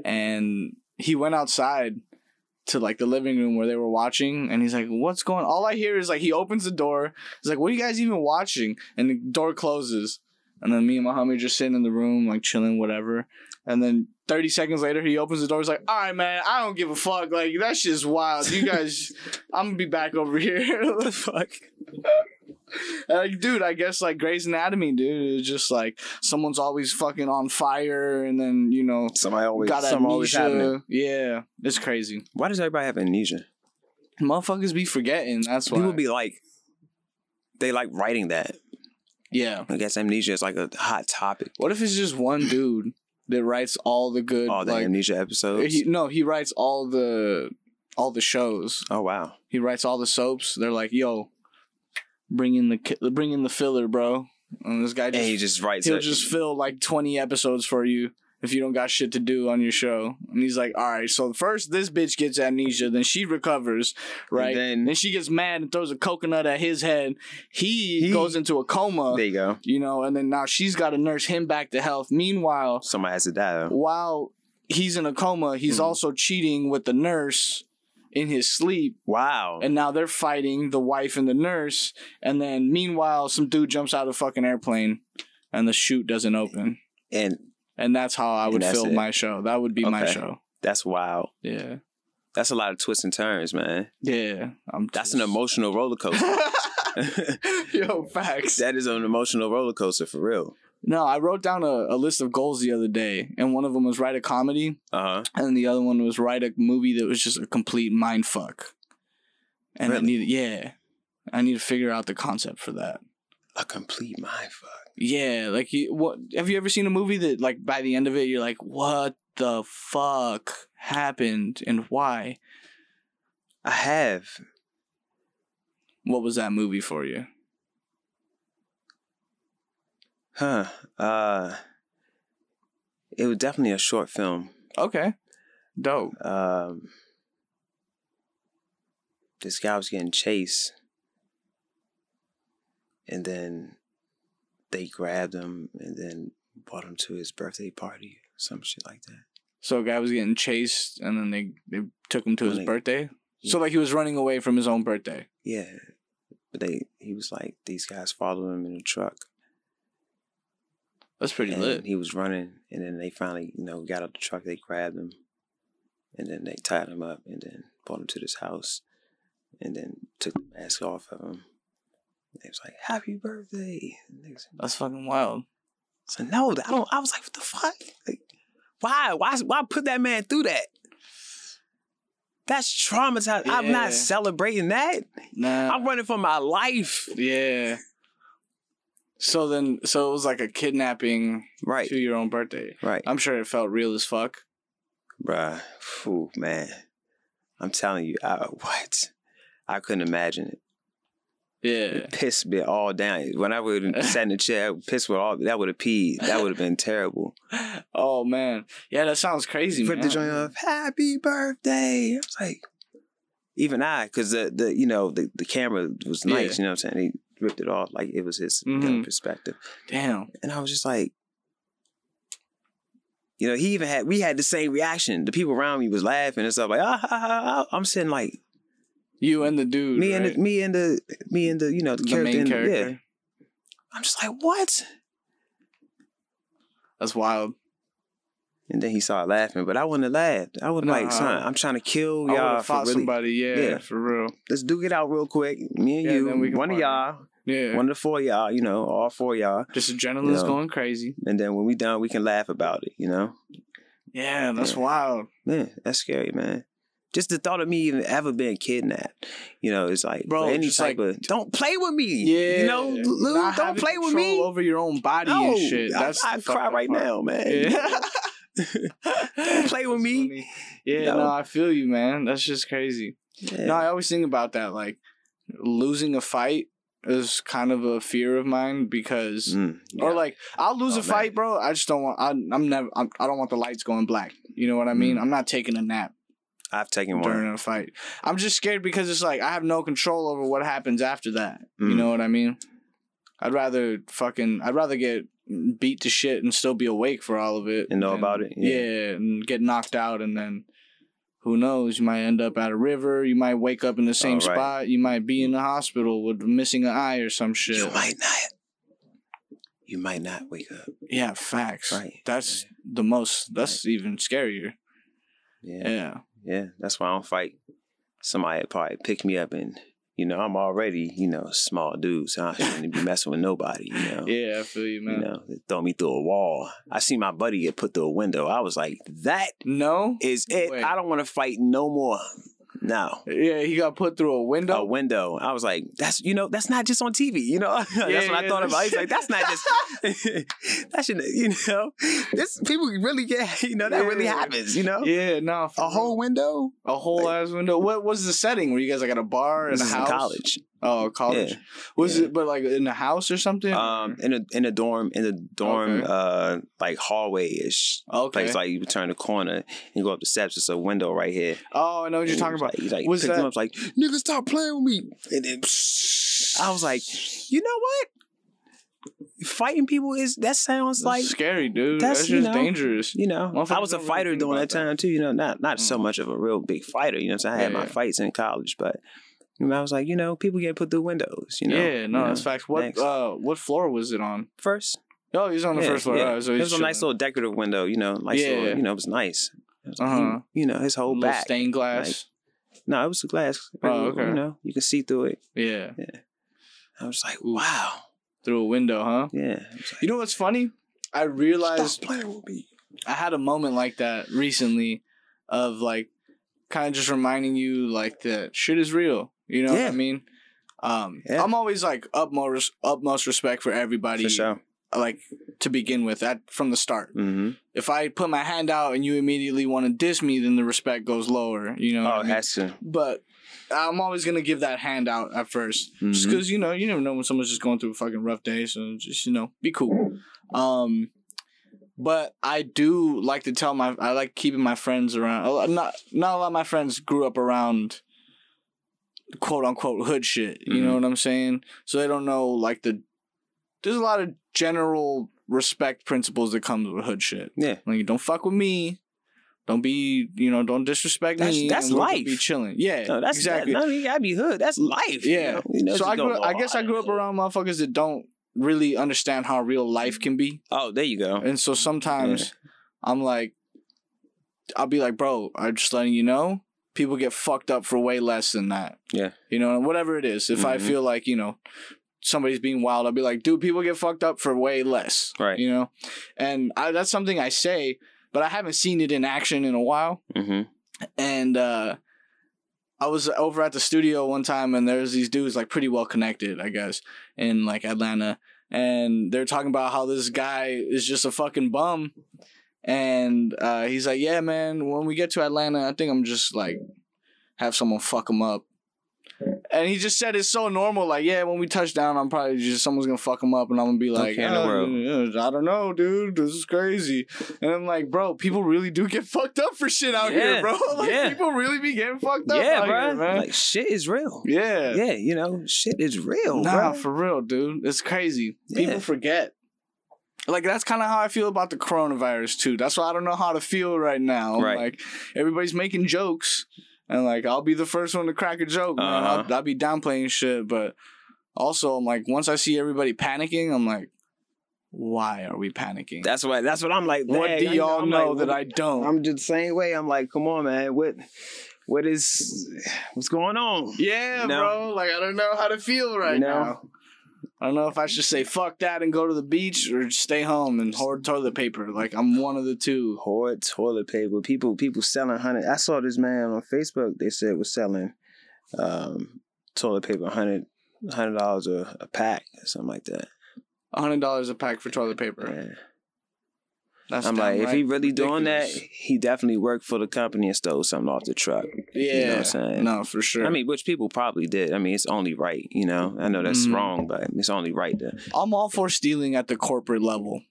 S1: and he went outside to like the living room where they were watching and he's like what's going all i hear is like he opens the door he's like what are you guys even watching and the door closes and then me and my homie just sitting in the room like chilling whatever and then 30 seconds later he opens the door he's like all right man i don't give a fuck like that shit's wild you guys i'm gonna be back over here
S2: What the fuck?
S1: like dude i guess like Grey's anatomy dude it's just like someone's always fucking on fire and then you know
S2: Somebody always.
S1: got
S2: something always happening.
S1: amnesia yeah it's crazy
S2: Why does everybody have amnesia?
S1: motherfuckers be forgetting. That's why.
S2: People be like, they like writing that.
S1: yeah.
S2: I guess amnesia is like a hot topic.
S1: What if it's just one dude that writes all the good?
S2: All the
S1: like,
S2: amnesia episodes.
S1: he, no, he writes all the all the shows.
S2: oh wow.
S1: He writes all the soaps. They're like, yo, bring in the ki- bring in the filler, bro. And this guy
S2: And he
S1: just
S2: just writes
S1: he'll
S2: it.
S1: just fill like twenty episodes for you. If you don't got shit to do on your show, and he's like, "All right, so first this bitch gets amnesia, then she recovers, right?
S2: then-
S1: And then she gets mad and throws a coconut at his head. He,
S2: He-
S1: goes into a coma.
S2: there you go.
S1: you know, and then now she's got to nurse him back to health. Meanwhile,
S2: Somebody has to die. Though.
S1: while he's in a coma, he's
S2: Mhm.
S1: also cheating with the nurse in his sleep,
S2: Wow.
S1: and now they're fighting the wife and the nurse. And then, meanwhile, some dude jumps out of a fucking airplane, and the chute doesn't open.
S2: and
S1: And that's how I
S2: And
S1: would
S2: that's
S1: fill
S2: it.
S1: my show. That would be my
S2: Okay.
S1: show.
S2: that's wild.
S1: Yeah,
S2: That's a lot of twists and turns, man.
S1: yeah. I'm
S2: That's an emotional roller coaster. that
S1: Yo, facts.
S2: is an emotional roller coaster for real.
S1: No, I wrote down a, a list of goals the other day, and one of them was write a comedy,
S2: Uh huh.
S1: and the other one was write a movie that was just a complete mind fuck. And I
S2: Really?
S1: need, yeah, I need to figure out the concept for that.
S2: A complete mind fuck.
S1: Yeah, like you, what? Have you ever seen a movie that, like, by the end of it, you're like, what the fuck happened and why?
S2: I have.
S1: What was that movie for you?
S2: Huh. Uh. It was definitely a short film.
S1: Okay, dope.
S2: Um. This guy was getting chased, and then they grabbed him and then brought him to his birthday party, some shit like that.
S1: So a guy was getting chased, and then they they took him to his
S2: Like-
S1: birthday. So
S2: Yeah.
S1: like he was running away from his own birthday.
S2: Yeah. But they he was like, these guys followed him in a truck.
S1: That's pretty
S2: and
S1: lit.
S2: He was running and then they finally, you know, got out the truck, they grabbed him, and then they tied him up and then brought him to this house and then took the mask off of him. They was like, Happy birthday. And they was- I
S1: That's fucking wild.
S2: said, No, I don't I was like, what the fuck? Like, why? Why why put that man through that? That's traumatized. I'm
S1: Yeah.
S2: not celebrating that.
S1: Nah.
S2: I'm running for my life.
S1: Yeah. So then, so it was like a kidnapping
S2: Right.
S1: to your own birthday.
S2: Right.
S1: I'm sure it felt real as fuck.
S2: Bruh, phew, man. I'm telling you, I, what? I couldn't imagine it.
S1: Yeah.
S2: Piss bit all down. When I would have sat in the chair, piss would all that would have peed. That would have been terrible.
S1: Oh man. Yeah, that sounds crazy.
S2: Put
S1: man.
S2: the joint off. Happy birthday. I was like, even I, because the the you know the, the camera was
S1: Yeah.
S2: nice. You know what I'm saying? He ripped it off like it was his you know,
S1: Mhm.
S2: perspective,
S1: Damn.
S2: and I was just like. You know, he even had we had the same reaction. The people around me was laughing and stuff like, ah, ha, ha, ha. I'm sitting like,
S1: You and the dude.
S2: me and
S1: right?
S2: the, me and the me and the you know the,
S1: The
S2: character,
S1: main
S2: in-
S1: character.
S2: Yeah, I'm just like what?
S1: That's wild.
S2: And then he started laughing, but I wouldn't have laughed. I was like,
S1: Nah.
S2: son, I'm trying to
S1: I
S2: kill
S1: would
S2: y'all.
S1: have
S2: For
S1: fought
S2: really,
S1: somebody, yeah,
S2: Yeah.
S1: for real.
S2: let's duke it out real quick. Me and
S1: Yeah,
S2: you,
S1: then we can
S2: one of y'all,
S1: partner. Yeah.
S2: one of the four of y'all, you know, all four of y'all.
S1: Just adrenaline's
S2: Yeah.
S1: going crazy.
S2: And then when we done, we can laugh about it, you know?
S1: Yeah, that's
S2: Yeah.
S1: wild.
S2: Man, that's scary, man. Just the thought of me even ever being kidnapped, you know, it's like
S1: Bro,
S2: for any
S1: just
S2: type of don't play with me,
S1: Yeah.
S2: you know, Lou,
S1: Not
S2: don't
S1: having
S2: play with
S1: control
S2: me.
S1: Over your own body
S2: no,
S1: and shit. That's
S2: I, I
S1: the
S2: cry
S1: fucked
S2: right
S1: up part.
S2: now, man.
S1: Yeah.
S2: Don't play with
S1: That's
S2: me.
S1: funny. Yeah,
S2: No.
S1: no, I feel you, man. That's just crazy.
S2: Yeah.
S1: No, I always think about that. Like losing a fight is kind of a fear of mine because,
S2: Mm, yeah.
S1: or like I'll lose
S2: Oh,
S1: a fight, bro. I just don't want. I, I'm never. I'm, I don't want the lights going black. You know what I mean?
S2: Mm.
S1: I'm not taking a nap
S2: I've taken one.
S1: during a fight. I'm just scared because it's like I have no control over what happens after that. You
S2: Mm.
S1: know what I mean? I'd rather fucking. I'd rather get beat to shit and still be awake for all of it
S2: And know
S1: than-
S2: about it?
S1: Yeah.
S2: Yeah.
S1: and get knocked out and then. Who knows? You might end up at a river. You might wake up in the same
S2: Oh, right.
S1: spot. You might be in the hospital with missing an eye or some shit.
S2: You might not. You might not wake up.
S1: Yeah, facts.
S2: Right.
S1: That's the most. That's even scarier.
S2: Yeah. yeah.
S1: Yeah.
S2: That's why I don't fight. Somebody would probably pick me up and you know, I'm already, you know, small dude, so I shouldn't be messing with nobody, you know.
S1: Yeah, I feel you,
S2: You
S1: man.
S2: know, they throw me through a wall. I see my buddy get put through a window. I was like, that
S1: No.
S2: is it.
S1: Wait.
S2: I don't want to fight no more. No.
S1: Yeah, he got put through a window.
S2: A window. I was like, that's you know, that's not just on TV. You know, that's what I
S1: yeah,
S2: thought about.
S1: that's-
S2: He's like, that's not just that should you know, this people really get you know that really
S1: Yeah.
S2: happens. You know,
S1: Yeah, no, for
S2: Oh. a whole window.
S1: real. a whole ass window. What was the setting? Were you guys like at a bar in
S2: This
S1: a
S2: is in
S1: house?
S2: college.
S1: Oh, college.
S2: Yeah.
S1: Was
S2: Yeah.
S1: it but like in a house or something?
S2: Um, in a in a dorm in a dorm
S1: Okay.
S2: uh like hallway ish
S1: okay.
S2: place. Like you turn the corner and go up the steps. It's a window right here.
S1: oh, I know what you're
S2: And
S1: talking
S2: he was
S1: about.
S2: Like, he's like
S1: Was
S2: picked him
S1: that-
S2: up. Like nigga, stop playing with me. And then I was like, you know what? Fighting people is that sounds
S1: That's
S2: like
S1: scary, dude. That's,
S2: that's, you
S1: just
S2: know,
S1: dangerous.
S2: you know,
S1: Motherfuckers
S2: I was a
S1: don't really
S2: fighter
S1: think
S2: during
S1: about
S2: that
S1: that.
S2: time too. You know, not not so
S1: Mm.
S2: much of a real big fighter. You know, what I'm saying I had
S1: Yeah,
S2: my
S1: yeah.
S2: fights in college, but you know, I was like, you know, people get put through windows. You know,
S1: yeah, no,
S2: you know.
S1: that's facts. What
S2: next.
S1: uh what floor was it on?
S2: first.
S1: Oh, he was on the
S2: yeah,
S1: first floor.
S2: yeah.
S1: Alright, so
S2: it
S1: he's
S2: was a nice
S1: chilling.
S2: little decorative window. You know, nice
S1: Yeah,
S2: little.
S1: yeah.
S2: You know, it was nice. It was like,
S1: Uh-huh.
S2: he- you know, his whole
S1: Little
S2: back.
S1: stained glass.
S2: No, it was a glass.
S1: Oh, okay.
S2: You know, you can see through it.
S1: yeah.
S2: I was like,
S1: Ooh.
S2: wow.
S1: Through a window, huh?
S2: Yeah. I was like,
S1: You know what's funny? I realized
S2: Stop playing with me.
S1: I had a moment like that recently of like kind of just reminding you like that shit is real. You know what
S2: Yeah.
S1: I mean? Um
S2: Yeah.
S1: I'm always like utmost utmost respect for everybody
S2: For sure.
S1: like to begin with that from the start.
S2: hmm
S1: If I put my hand out and you immediately want to diss me then the respect goes lower, you know. what
S2: Oh,
S1: I
S2: it
S1: mean?
S2: has to.
S1: but I'm always going to give that hand out at 1st just
S2: Mhm.
S1: because you know you never know when someone's just going through a fucking rough day so just you know be cool um but i do like to tell my i like keeping my friends around a lot- not not a lot of my friends grew up around quote unquote hood shit you know
S2: Mhm.
S1: what i'm saying so they don't know like the there's a lot of general respect principles that comes with hood shit
S2: Yeah.
S1: like you don't fuck with me don't be you know don't disrespect
S2: That's-
S1: me
S2: that's
S1: and we're gonna be
S2: life.
S1: chilling yeah
S2: No, that's
S1: exactly
S2: exactly. no, you gotta be hood. That's life. you
S1: yeah.
S2: know? You know,
S1: so
S2: just
S1: I grew
S2: don't
S1: up,
S2: go
S1: I guess I
S2: hard
S1: grew up
S2: and shit.
S1: around motherfuckers that don't really understand how real life can be.
S2: Oh, there you go.
S1: And so sometimes
S2: Yeah.
S1: I'm like I'll be like, bro, I'm just letting you know, people get fucked up for way less than that.
S2: Yeah.
S1: You know, and whatever it is. If I
S2: Mhm.
S1: feel like, you know, somebody's being wild, I'll be like, dude, people get fucked up for way less.
S2: Right.
S1: You know? And I, that's something I say, but I haven't seen it in action in a while
S2: Mm-hmm.
S1: and uh I was over at the studio one time and there's these dudes like pretty well connected, I guess, in like Atlanta. And they're talking about how this guy is just a fucking bum. And uh, he's like, Yeah, man, when we get to Atlanta, I think I'm just like have someone fuck him up. And he just said it's so normal, like, yeah, when we touch down, I'm probably just someone's gonna fuck him up and I'm gonna be like,
S2: care in the
S1: "Oh,
S2: world."
S1: yeah, I don't know, dude. This is crazy. And I'm like, bro, people really do get fucked up for shit out here,
S2: Yeah,
S1: bro. Like
S2: yeah.
S1: people really be getting fucked up
S2: Yeah,
S1: out
S2: bro.
S1: here, man.
S2: Like shit is real.
S1: yeah.
S2: Yeah, you know, shit is real,
S1: Nah,
S2: bro.
S1: for real, dude. It's crazy.
S2: Yeah.
S1: People forget. Like that's kind of how I feel about the coronavirus too. That's why I don't know how to feel right now.
S2: Right.
S1: Like everybody's making jokes, and like I'll be the first one to crack a joke, man.
S2: Uh-huh.
S1: I'll, I'll be downplaying shit, but also I'm like, once I see everybody panicking, I'm like, Why are we panicking?
S2: That's what that's what I'm like.
S1: what
S2: dang,
S1: do
S2: I-
S1: y'all
S2: I'm
S1: know
S2: like,
S1: that
S2: what-
S1: I don't?
S2: I'm just the same way. I'm like, come on, man. What what is what's going on?
S1: yeah,
S2: No.
S1: bro. Like I don't know how to feel right
S2: No.
S1: now. I don't know if I should say fuck that and go to the beach or stay home and hoard toilet paper. Like I'm one of the two.
S2: Hoard toilet paper. People people selling hundred. I saw this man on Facebook. They said was selling um, toilet paper hundred hundred dollars a, a pack or something like that.
S1: hundred dollars a pack for toilet paper.
S2: Yeah.
S1: That's
S2: I'm like,
S1: downright
S2: if he really doing that,
S1: ridiculous.
S2: he definitely worked for the company and stole something off the truck.
S1: yeah,
S2: you know what I'm saying?
S1: no, for sure.
S2: I mean, which people probably did. I mean, it's only right, you know. I know that's
S1: Mhm.
S2: wrong, but it's only right to
S1: I'm all for stealing at the corporate level.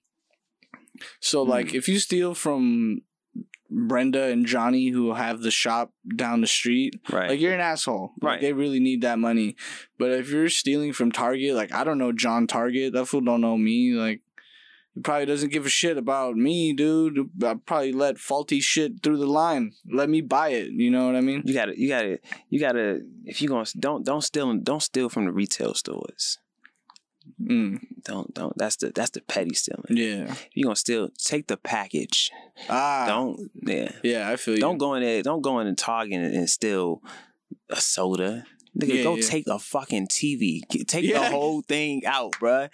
S1: So
S2: Hmm.
S1: like if you steal from Brenda and Johnny who have the shop down the street,
S2: right.
S1: like you're an asshole. Like,
S2: Right.
S1: they really need that money. But if you're stealing from Target, like I don't know John Target, that fool don't know me. Like he probably doesn't give a shit about me, dude. I probably let faulty shit through the line. Let me buy it. You know what I mean?
S2: You gotta, you gotta, you gotta. If you gonna don't don't steal don't steal from the retail stores.
S1: Mm,
S2: Don't don't. That's the that's the petty stealing.
S1: yeah.
S2: If you gonna steal, take the package.
S1: Ah.
S2: Don't yeah.
S1: Yeah, I feel you.
S2: Don't go in there. Don't go in and Target and, and steal a soda. Nigga,
S1: Yeah,
S2: go
S1: yeah.
S2: take a fucking TV. Get- Take
S1: Yeah.
S2: the whole thing out, bruh.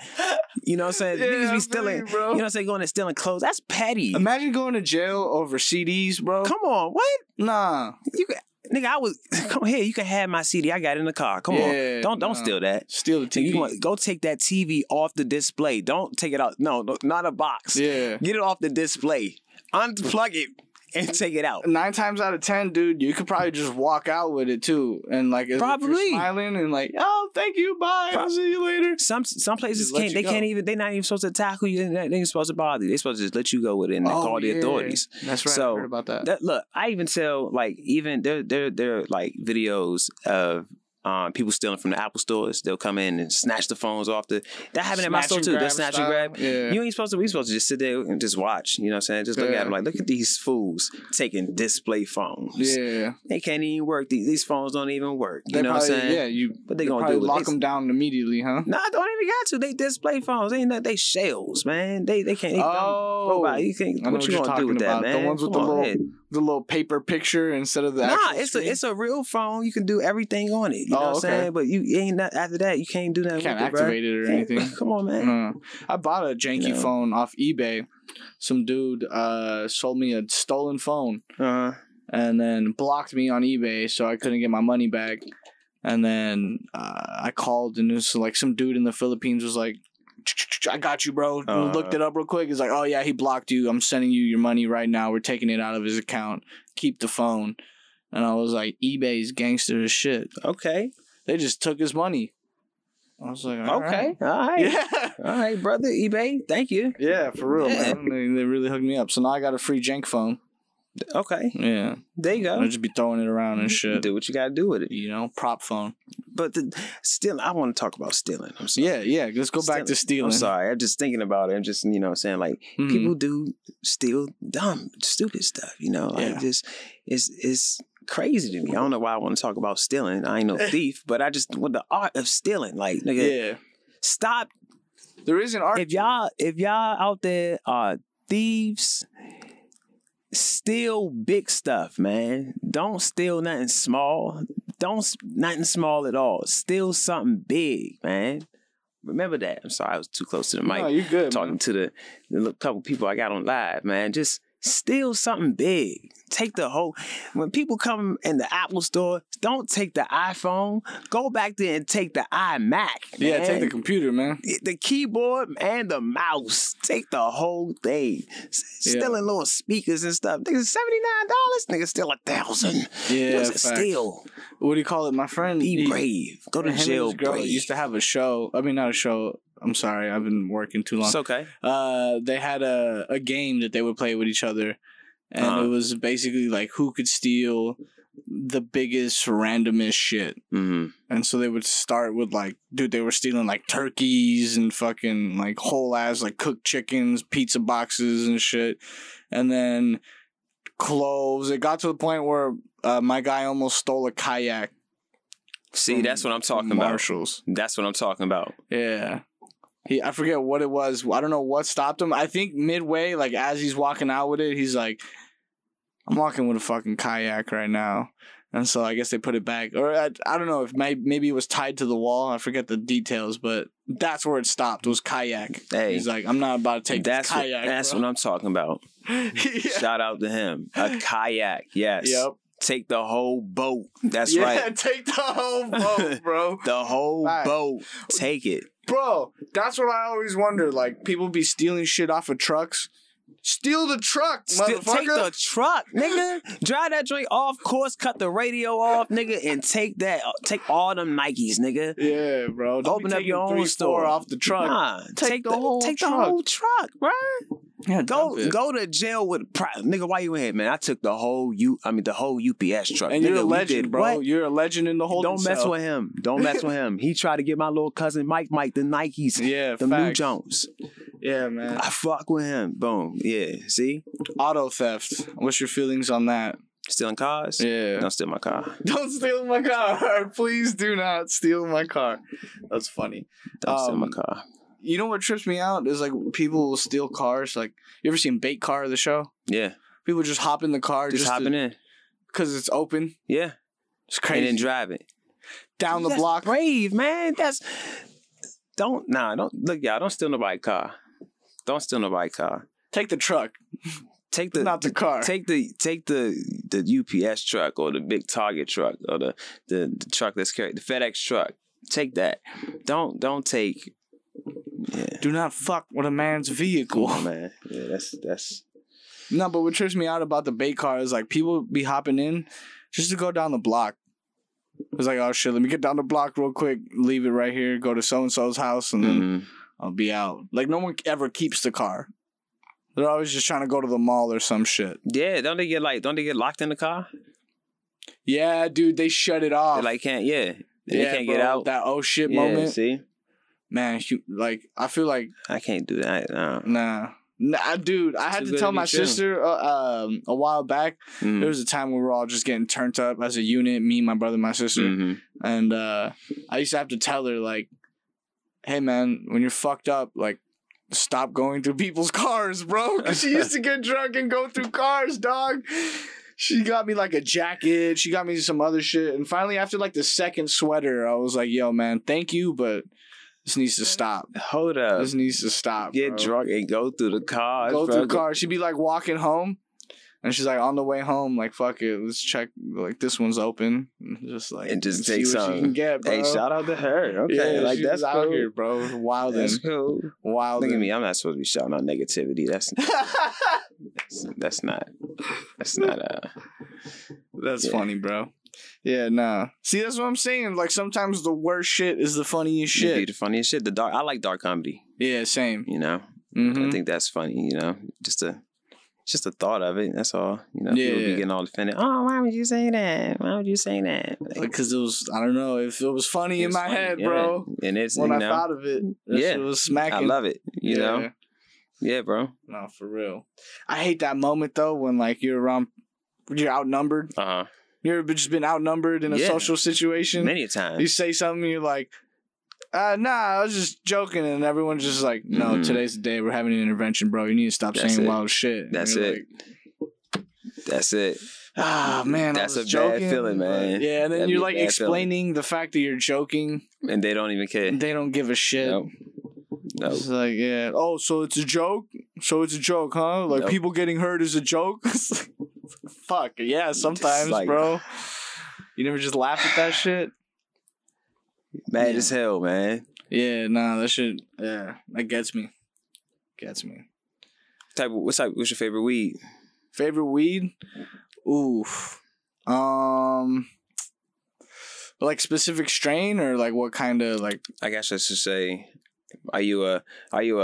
S2: You know what I'm saying? Niggas be stealing. You,
S1: bro.
S2: know what I'm saying? Going and stealing clothes. That's petty.
S1: Imagine going to jail over CDs, bro.
S2: Come on, what?
S1: Nah.
S2: You can, nigga, I was come here. You can have my CD. I got it in the car. Come
S1: Yeah,
S2: on, don't don't
S1: nah.
S2: steal that.
S1: Steal the
S2: So
S1: TV.
S2: you want go take that TV off the display. Don't take it out. No, no not a box.
S1: yeah.
S2: Get it off the display. Unplug it and take it out.
S1: Nine times out of ten, dude, you could probably just walk out with it too, and like if you're
S2: Probably.
S1: smiling and like, oh, thank you, bye, I'll
S2: Pro-
S1: see you later.
S2: Some some places
S1: Just let
S2: can't.
S1: you
S2: They
S1: go.
S2: can't even. They're not even supposed to tackle you. They ain't supposed to bother you. They're supposed to just let you go with it and then
S1: Oh,
S2: call the
S1: yeah.
S2: authorities.
S1: That's right. I
S2: So,
S1: heard about that.
S2: That- look, I even tell like even there there there are like videos of. Um, people stealing from the Apple stores, they'll come in and snatch the phones off the. That happened at my
S1: Snatch
S2: store
S1: and
S2: too. They'll
S1: grab
S2: snatch
S1: style.
S2: and grab.
S1: Yeah.
S2: You ain't supposed to. We supposed to just sit there and just watch. You know what I'm saying? Just look
S1: Yeah.
S2: at them like, look at these fools taking display phones.
S1: yeah.
S2: They can't even work. These, these phones don't even work. You
S1: They
S2: know
S1: probably,
S2: what I'm saying?
S1: yeah. You.
S2: But they
S1: they
S2: gonna
S1: probably
S2: do it.
S1: lock
S2: It's-
S1: them down immediately, huh?
S2: Nah, don't even got to. They display phones. They ain't nothing. They shells, man. They they can't. They dumb
S1: oh,
S2: robot. You can't.
S1: I know
S2: What,
S1: what
S2: you
S1: you're
S2: gonna do with
S1: talking
S2: that,
S1: about. The
S2: man?
S1: ones with
S2: Come
S1: the
S2: on,
S1: little-
S2: man.
S1: the little paper picture instead of the
S2: Nah,
S1: actual
S2: it's a
S1: screen.
S2: it's a real phone. You can do everything on it. You
S1: Oh,
S2: know what
S1: okay.
S2: I'm saying? But you ain't not, after that. You can't do nothing.
S1: You can't
S2: with it, bruh.
S1: activate it or
S2: Yeah,
S1: anything.
S2: Come on, man.
S1: Mm. I bought a janky
S2: You know?
S1: phone off eBay. Some dude uh, sold me a stolen phone
S2: Uh,
S1: and then blocked me on eBay, so I couldn't get my money back. And then uh, I called, and it was like some dude in the Philippines was like, "I got you, bro."
S2: Uh.
S1: Looked it up real quick. He's like, "Oh yeah, he blocked you. I'm sending you your money right now. We're taking it out of his account. Keep the phone." And I was like, "eBay's gangster as shit.
S2: okay.
S1: They just took his money." I was like, "All
S2: okay.
S1: right."
S2: All right.
S1: Yeah.
S2: All right, brother. eBay. Thank you.
S1: Yeah, for real,
S2: Yeah.
S1: man. They, they really hooked me up. So now I got a free jank phone.
S2: Okay.
S1: Yeah.
S2: There you
S1: I'll
S2: go.
S1: just be throwing it around and shit.
S2: Do what you gotta do with it.
S1: You know, prop phone.
S2: But the, still, I want to talk about stealing. I'm sorry.
S1: Yeah, yeah. Let's go back to stealing.
S2: I'm sorry. I'm just thinking about it. I'm just, you know, what I'm saying like
S1: Mhm.
S2: people do steal dumb, stupid stuff. You know, like
S1: Yeah.
S2: just it's it's crazy to me. I don't know why I want to talk about stealing. I ain't no thief, but I just with the art of stealing. Like, nigga,
S1: Yeah.
S2: stop.
S1: There is an art.
S2: If y'all if y'all out there are thieves. Steal big stuff, man. Don't steal nothing small. Don't s- nothing small at all. Steal something big, man. Remember that. I'm sorry, I was too close to the mic
S1: no, you're good.
S2: talking
S1: man.
S2: to the, the little couple people I got on live, man. Just steal something big. Take the whole. When people come in the Apple store, don't take the iPhone. Go back there and take the iMac.
S1: Yeah, take the
S2: man.
S1: computer, man.
S2: the keyboard and the mouse. Take the whole thing. S-
S1: Yeah.
S2: Stealing little speakers and stuff. Nigga, seventy nine dollars. Nigga, steal a thousand.
S1: Yeah, facts. Mm-hmm.
S2: steal.
S1: What do you call it? My friend.
S2: Be
S1: he-
S2: brave. Go to
S1: him and
S2: jail.
S1: his girl
S2: Brave.
S1: used to have a show. I mean, not a show. I'm sorry. I've been working too long.
S2: it's okay.
S1: uh, they had a, a game that they would play with each other. And
S2: Uh-huh.
S1: it was basically like who could steal the biggest, randomest shit.
S2: hmm
S1: And so they would start with like, dude, they were stealing like turkeys and fucking like whole ass like cooked chickens, pizza boxes and shit. And then clothes. It got to the point where uh, my guy almost stole a kayak.
S2: See,
S1: from
S2: that's what I'm talking about.
S1: Marshalls.
S2: That's what I'm talking about.
S1: Yeah. He, I forget what it was. I don't know what stopped him. I think midway, like as he's walking out with it, he's like, "I'm walking with a fucking kayak right now," and so I guess they put it back. Or I, I don't know if may, maybe it was tied to the wall. I forget the details, but that's where it stopped. Was kayak?
S2: Hey.
S1: he's like, "I'm not about to take
S2: that's
S1: this kayak."
S2: what, that's
S1: bro."
S2: what I'm talking about.
S1: yeah.
S2: Shout out to him. A kayak, yes.
S1: Yep.
S2: Take the whole boat. That's
S1: yeah,
S2: right.
S1: Take the whole boat, bro.
S2: The whole
S1: Right.
S2: boat. Take it.
S1: bro, that's what I always wonder. Like people be stealing shit off of trucks. Steal the truck,
S2: Still
S1: motherfucker.
S2: take the truck, nigga. Drive that joint off course, cut the radio off, nigga, and take that. uh, Take all them Nikes, nigga.
S1: Yeah, bro. Don't
S2: Open
S1: be
S2: up
S1: taking
S2: your own
S1: three,
S2: store.
S1: four off the truck.
S2: Nah,
S1: Take
S2: take,
S1: the
S2: the,
S1: whole
S2: take the
S1: truck.
S2: whole truck, bruh.
S1: Yeah,
S2: Go
S1: dump it.
S2: go to jail with pri- nigga. Why you in here, man? I took the whole U. I mean the whole UPS truck.
S1: And you're
S2: nigga,
S1: a
S2: we
S1: legend,
S2: did
S1: bro.
S2: what?
S1: You're a legend in the whole.
S2: Don't mess with him. Don't mess with him. He tried to get my little cousin Mike, Mike the Nikes,
S1: Yeah,
S2: the new
S1: facts.
S2: Jones. Ah.
S1: Yeah, man.
S2: I fuck with him. Boom. Yeah. See,
S1: Auto theft. What's your feelings on that?
S2: stealing cars.
S1: Yeah.
S2: Don't steal my car.
S1: Don't steal my car. Please do not steal my car. That's funny.
S2: Don't steal my
S1: Um,
S2: car.
S1: You know what trips me out is like people will steal cars. Like you ever seen Bait Car the show?
S2: Yeah.
S1: People just hop in the car
S2: Just, hopping in.
S1: because it's open.
S2: Yeah.
S1: It's crazy.
S2: And then driving.
S1: Down the
S2: That's
S1: block.
S2: Brave, man. That's don't nah, don't look, y'all, don't steal nobody's car. Don't steal nobody's car.
S1: Take the truck,
S2: Take the,
S1: not the car.
S2: take the take the the UPS truck or the big Target truck or the the, the truck that's carried the FedEx truck. Take that. Don't don't take Yeah.
S1: do not fuck with a man's vehicle.
S2: Cool, man. Yeah, that's that's
S1: No, but what trips me out about the bait car is like people be hopping in just to go down the block. It's like, oh shit, let me get down the block real quick, leave it right here, go to so and so's house, and then
S2: mm,
S1: I'll be out. Like no one ever keeps the car. They're always just trying to go to the mall or some shit.
S2: yeah. Don't they get like don't they get locked in the car?
S1: Yeah, dude, they shut it off.
S2: They like can't yeah. They
S1: Oh. yeah,
S2: can't
S1: bro,
S2: get out.
S1: That oh shit
S2: yeah,
S1: moment,
S2: see,
S1: man. You, like I feel like
S2: I can't do that. Nah.
S1: Nah. Nah, dude, I had
S2: too
S1: to
S2: good
S1: tell
S2: to be
S1: my
S2: true.
S1: sister uh, um, a while back.
S2: Mm,
S1: There was a time we were all just getting turned up as a unit, me, my brother, my sister,
S2: mhm.
S1: and uh, I used to have to tell her like, "Hey, man, when you're fucked up, like, stop going through people's cars, bro." Because she used to get drunk and go through cars, dog. She got me like a jacket. She got me some other shit, and finally, after like the second sweater, I was like, "Yo, man, thank you, but this needs to stop.
S2: Hold up.
S1: This needs to stop."
S2: get
S1: bro."
S2: drunk and go through the car.
S1: go through car. She'd be like walking home, and she's like on the way home, like fuck it, let's check. Like this one's open, And just like
S2: And just
S1: see
S2: take
S1: what
S2: some.
S1: She can get, bro.
S2: Hey, shout out to her. Okay,
S1: yeah,
S2: like
S1: she
S2: that's
S1: was
S2: cool.
S1: out here, bro. Wilding,
S2: That's cool. Look
S1: wilding.
S2: at me. I'm not supposed to be shouting out negativity. That's that's, that's not. That's not. Uh,
S1: that's
S2: Yeah.
S1: funny, bro. Yeah, nah. See, that's what I'm saying. Like sometimes the worst shit is the funniest
S2: it'd be
S1: shit.
S2: the funniest shit. The dark. I like dark comedy.
S1: Yeah, same.
S2: You know. I
S1: Mhm.
S2: think that's funny. You know. Just a. Just the thought of it. That's all. You know. People
S1: Yeah.
S2: be getting all offended. Oh, why would you say that? Why would you say that? Like,
S1: Because it was, I don't know, if it was funny
S2: it
S1: in
S2: was
S1: my
S2: funny,
S1: head,
S2: yeah.
S1: bro.
S2: And it's
S1: When
S2: you
S1: I
S2: know.
S1: thought of it, that
S2: Yeah.
S1: shit was
S2: I
S1: smacking.
S2: love it. You
S1: Yeah.
S2: know. Yeah, bro.
S1: No, for real. I hate that moment though when like you're around, you're outnumbered.
S2: Uh huh.
S1: You ever been- just been outnumbered in a
S2: Yeah.
S1: social situation?
S2: Many a time.
S1: You say something, you're like, uh, "Nah, I was just joking," and everyone's just like, "No,
S2: Mhm.
S1: today's the day. We're having an intervention, bro. You need to stop
S2: That's
S1: saying
S2: it.
S1: wild shit." And
S2: That's
S1: you're
S2: it. That's it.
S1: Like, ah, man,
S2: That's
S1: I
S2: a
S1: was
S2: bad
S1: joking.
S2: feeling, man.
S1: Yeah, and then
S2: That'd
S1: you're
S2: be a
S1: like
S2: bad
S1: explaining the fact that you're joking.
S2: And they don't even care.
S1: They don't give a shit.
S2: Nope. Nope.
S1: It's like, yeah. Oh, so it's a joke. So it's a joke, huh? Like
S2: Nope.
S1: people getting hurt is a joke. It's like, Fuck yeah. Sometimes,
S2: like-
S1: bro. You never just laugh at that shit.
S2: Mad
S1: Yeah.
S2: as hell, man.
S1: Yeah, nah, that shit. Yeah, that gets me. Gets me.
S2: Type of, what's type, what's your favorite weed?
S1: Favorite weed? Oof. Um. Like specific strain or like what kind of like?
S2: I guess I should say, are you a are you a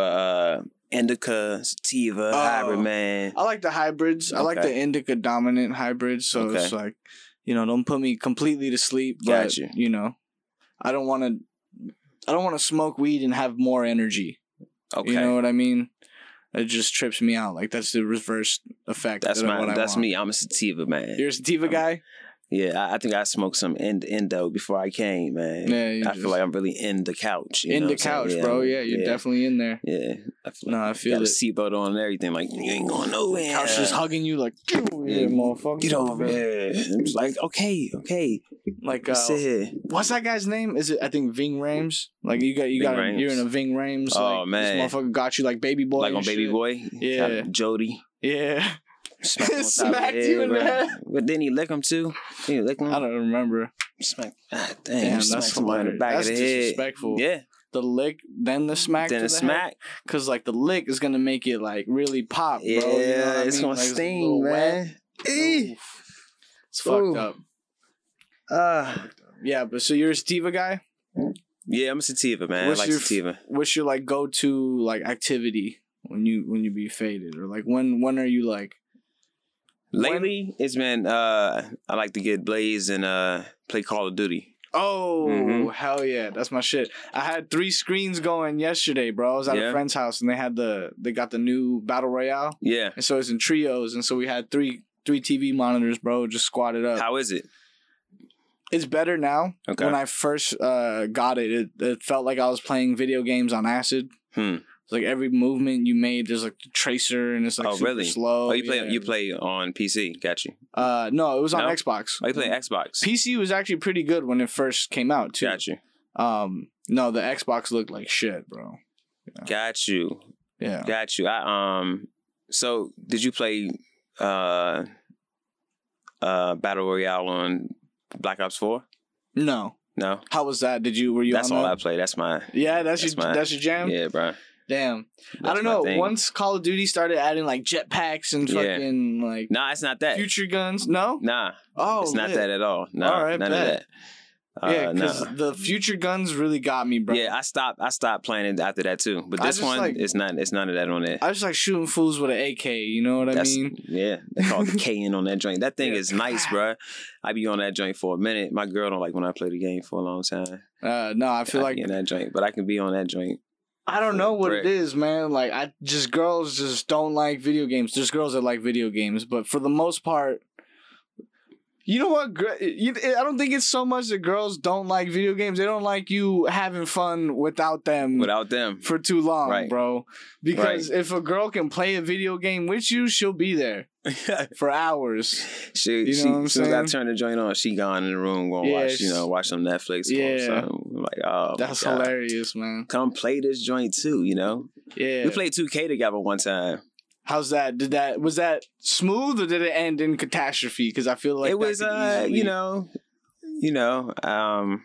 S2: uh, indica sativa
S1: Oh.
S2: hybrid man?
S1: I like the hybrids. I like
S2: Okay.
S1: the indica dominant hybrids. So it's
S2: Okay.
S1: like, you know, don't put me completely to sleep. But
S2: Gotcha.
S1: you know, I don't want to. I don't want to smoke weed and have more energy.
S2: Okay,
S1: You know what I mean? It just trips me out. Like that's the reverse effect.
S2: that's
S1: of
S2: my
S1: what I
S2: that's
S1: want.
S2: me. I'm a sativa man.
S1: You're a sativa guy.
S2: Yeah, I, I think I smoked some end, endo before I came, man.
S1: Yeah, you
S2: I
S1: just-
S2: feel like I'm really in the couch. you
S1: in
S2: know
S1: the
S2: what I'm
S1: couch,
S2: saying?
S1: bro. Yeah, you're
S2: yeah,
S1: definitely in there.
S2: Yeah, I feel
S1: No, I feel
S2: got
S1: it.
S2: a seatbelt on and everything. Like you ain't going nowhere.
S1: Couch just hugging you like, get over
S2: Yeah,
S1: here, motherfucker.
S2: Get over here. I'm just like, okay, okay,
S1: Like,
S2: uh,
S1: uh,
S2: sit here.
S1: what's that guy's name? Is it? I think Ving Rames. Like you got, you
S2: Ving
S1: got,
S2: Rhames.
S1: you're in a Ving Rames.
S2: Oh,
S1: like,
S2: man.
S1: this motherfucker got you like baby boy.
S2: like
S1: and
S2: on Baby
S1: shit.
S2: Boy.
S1: Yeah.
S2: Got Jody.
S1: Yeah,
S2: Smacked, him on top of
S1: Smacked you in the
S2: bro.
S1: head.
S2: But then he lick him too. He lick him.
S1: I don't remember.
S2: Smack. Ah, damn,
S1: Damn, that's
S2: smack somebody in the
S1: hilarious.
S2: back
S1: That's
S2: of the head.
S1: disrespectful.
S2: Yeah.
S1: The lick, then the smack,
S2: then
S1: to
S2: a
S1: the
S2: smack.
S1: because like the lick is gonna make it like really pop, bro. You
S2: Yeah,
S1: know what I
S2: it's
S1: mean? Like,
S2: gonna
S1: a little
S2: sting,
S1: wet.
S2: man. Eh.
S1: It's fucked
S2: Ooh.
S1: up.
S2: Ah.
S1: Yeah, but so you're a sativa guy.
S2: yeah, I'm a sativa, man.
S1: What's
S2: I like
S1: your f-
S2: sativa.
S1: What's your like go to like activity when you when you be faded or like when when are you like when-
S2: Lately, it's been uh I like to get blazed and uh play Call of Duty.
S1: Oh
S2: Mhm.
S1: hell yeah, that's my shit. I had three screens going yesterday, bro. I was at a
S2: Yeah.
S1: friend's house and they had the they got the new battle royale,
S2: Yeah.
S1: and so it's in trios, and so we had three three TV monitors, bro, just squatted up.
S2: How is it?
S1: It's better now.
S2: Okay.
S1: Uh, When I first uh, got it, it, it felt like I was playing video games on acid.
S2: Hmm.
S1: It's like every movement you made, there's like the tracer, and it's like
S2: Oh,
S1: super
S2: really?
S1: slow.
S2: Oh, you play
S1: yeah.
S2: you play on PC, got you.
S1: Uh, no, it was on
S2: No?
S1: Xbox.
S2: Oh, you play Xbox,
S1: PC was actually pretty good when it first came out too.
S2: got you,
S1: Um, no, the Xbox looked like shit, bro.
S2: got you,
S1: Yeah.
S2: got you. I um, so did you play uh uh Battle Royale on Black Ops Four?
S1: No.
S2: No,
S1: How was that? Did you were you
S2: that's
S1: on
S2: all
S1: that?
S2: I play. That's my
S1: Yeah, that's,
S2: That's
S1: your
S2: my-
S1: that's your jam.
S2: yeah, bro.
S1: Damn. I
S2: That's
S1: don't
S2: my
S1: know.
S2: thing.
S1: Once Call of Duty started adding like jetpacks and
S2: Yeah.
S1: fucking like
S2: Nah, it's not that.
S1: future guns. No?
S2: Nah,
S1: Oh,
S2: it's not
S1: lit.
S2: that at all. No,
S1: All right,
S2: none
S1: bet.
S2: of that. Uh,
S1: yeah, because
S2: nah.
S1: the future guns really got me, bro.
S2: Yeah, I stopped. I stopped playing it after that too. But
S1: I
S2: this
S1: just
S2: one,
S1: like-
S2: it's not. It's none of that on there.
S1: I just like shooting fools with an AK. You know what I
S2: That's,
S1: mean?
S2: Yeah, they call it the K in on that joint. That thing
S1: Yeah.
S2: is nice, bruh. I be on that joint for a minute. My girl don't like when I play the game for a long time.
S1: Uh, no, I feel like
S2: be in that joint, but I can be on that joint.
S1: I don't know what it
S2: Brick.
S1: is, man. Like I just girls just don't like video games. There's girls that like video games, but for the most part, you know what? gr- you- I don't think it's so much that girls don't like video games. They don't like you having fun without them
S2: Without them,
S1: Mm. for too long,
S2: Right.
S1: bro. Because if a girl can play a video game with you, she'll be there for hours.
S2: she,
S1: know
S2: she,
S1: what I'm
S2: as soon as I
S1: saying?
S2: turn the joint on, she gone in the room going
S1: Yeah,
S2: watch, you know,
S1: she-
S2: watch some Netflix.
S1: Yeah.
S2: or something. like oh,
S1: That's
S2: my God.
S1: hilarious, man.
S2: Come play this joint too, you know.
S1: Yeah.
S2: We played 2K together one time.
S1: How's that? Did that was that smooth or did it end in catastrophe? Because I feel like
S2: it
S1: that
S2: was
S1: could
S2: uh
S1: easily-
S2: you know you know um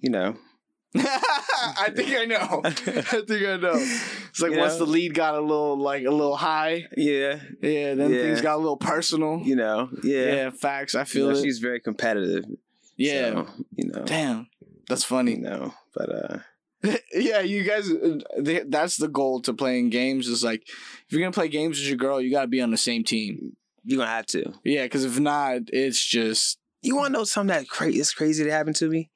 S2: you know
S1: I think I know. I think I know. It's like
S2: You
S1: once
S2: know?
S1: the lead got a little like a little high,
S2: yeah
S1: yeah, then
S2: Yeah.
S1: things got a little personal.
S2: you know
S1: Yeah,
S2: yeah,
S1: facts. I
S2: You
S1: feel
S2: know,
S1: it.
S2: she's very competitive
S1: Yeah.
S2: so, you know
S1: Damn. That's
S2: you
S1: funny.
S2: know but uh
S1: yeah, you guys uh, they, that's the goal to playing games is like if you're going to play games with your girl, you got to be on the same team.
S2: you're gonna have to
S1: Yeah, cuz if not, it's just
S2: you want to know something that cra- is crazy that happened to me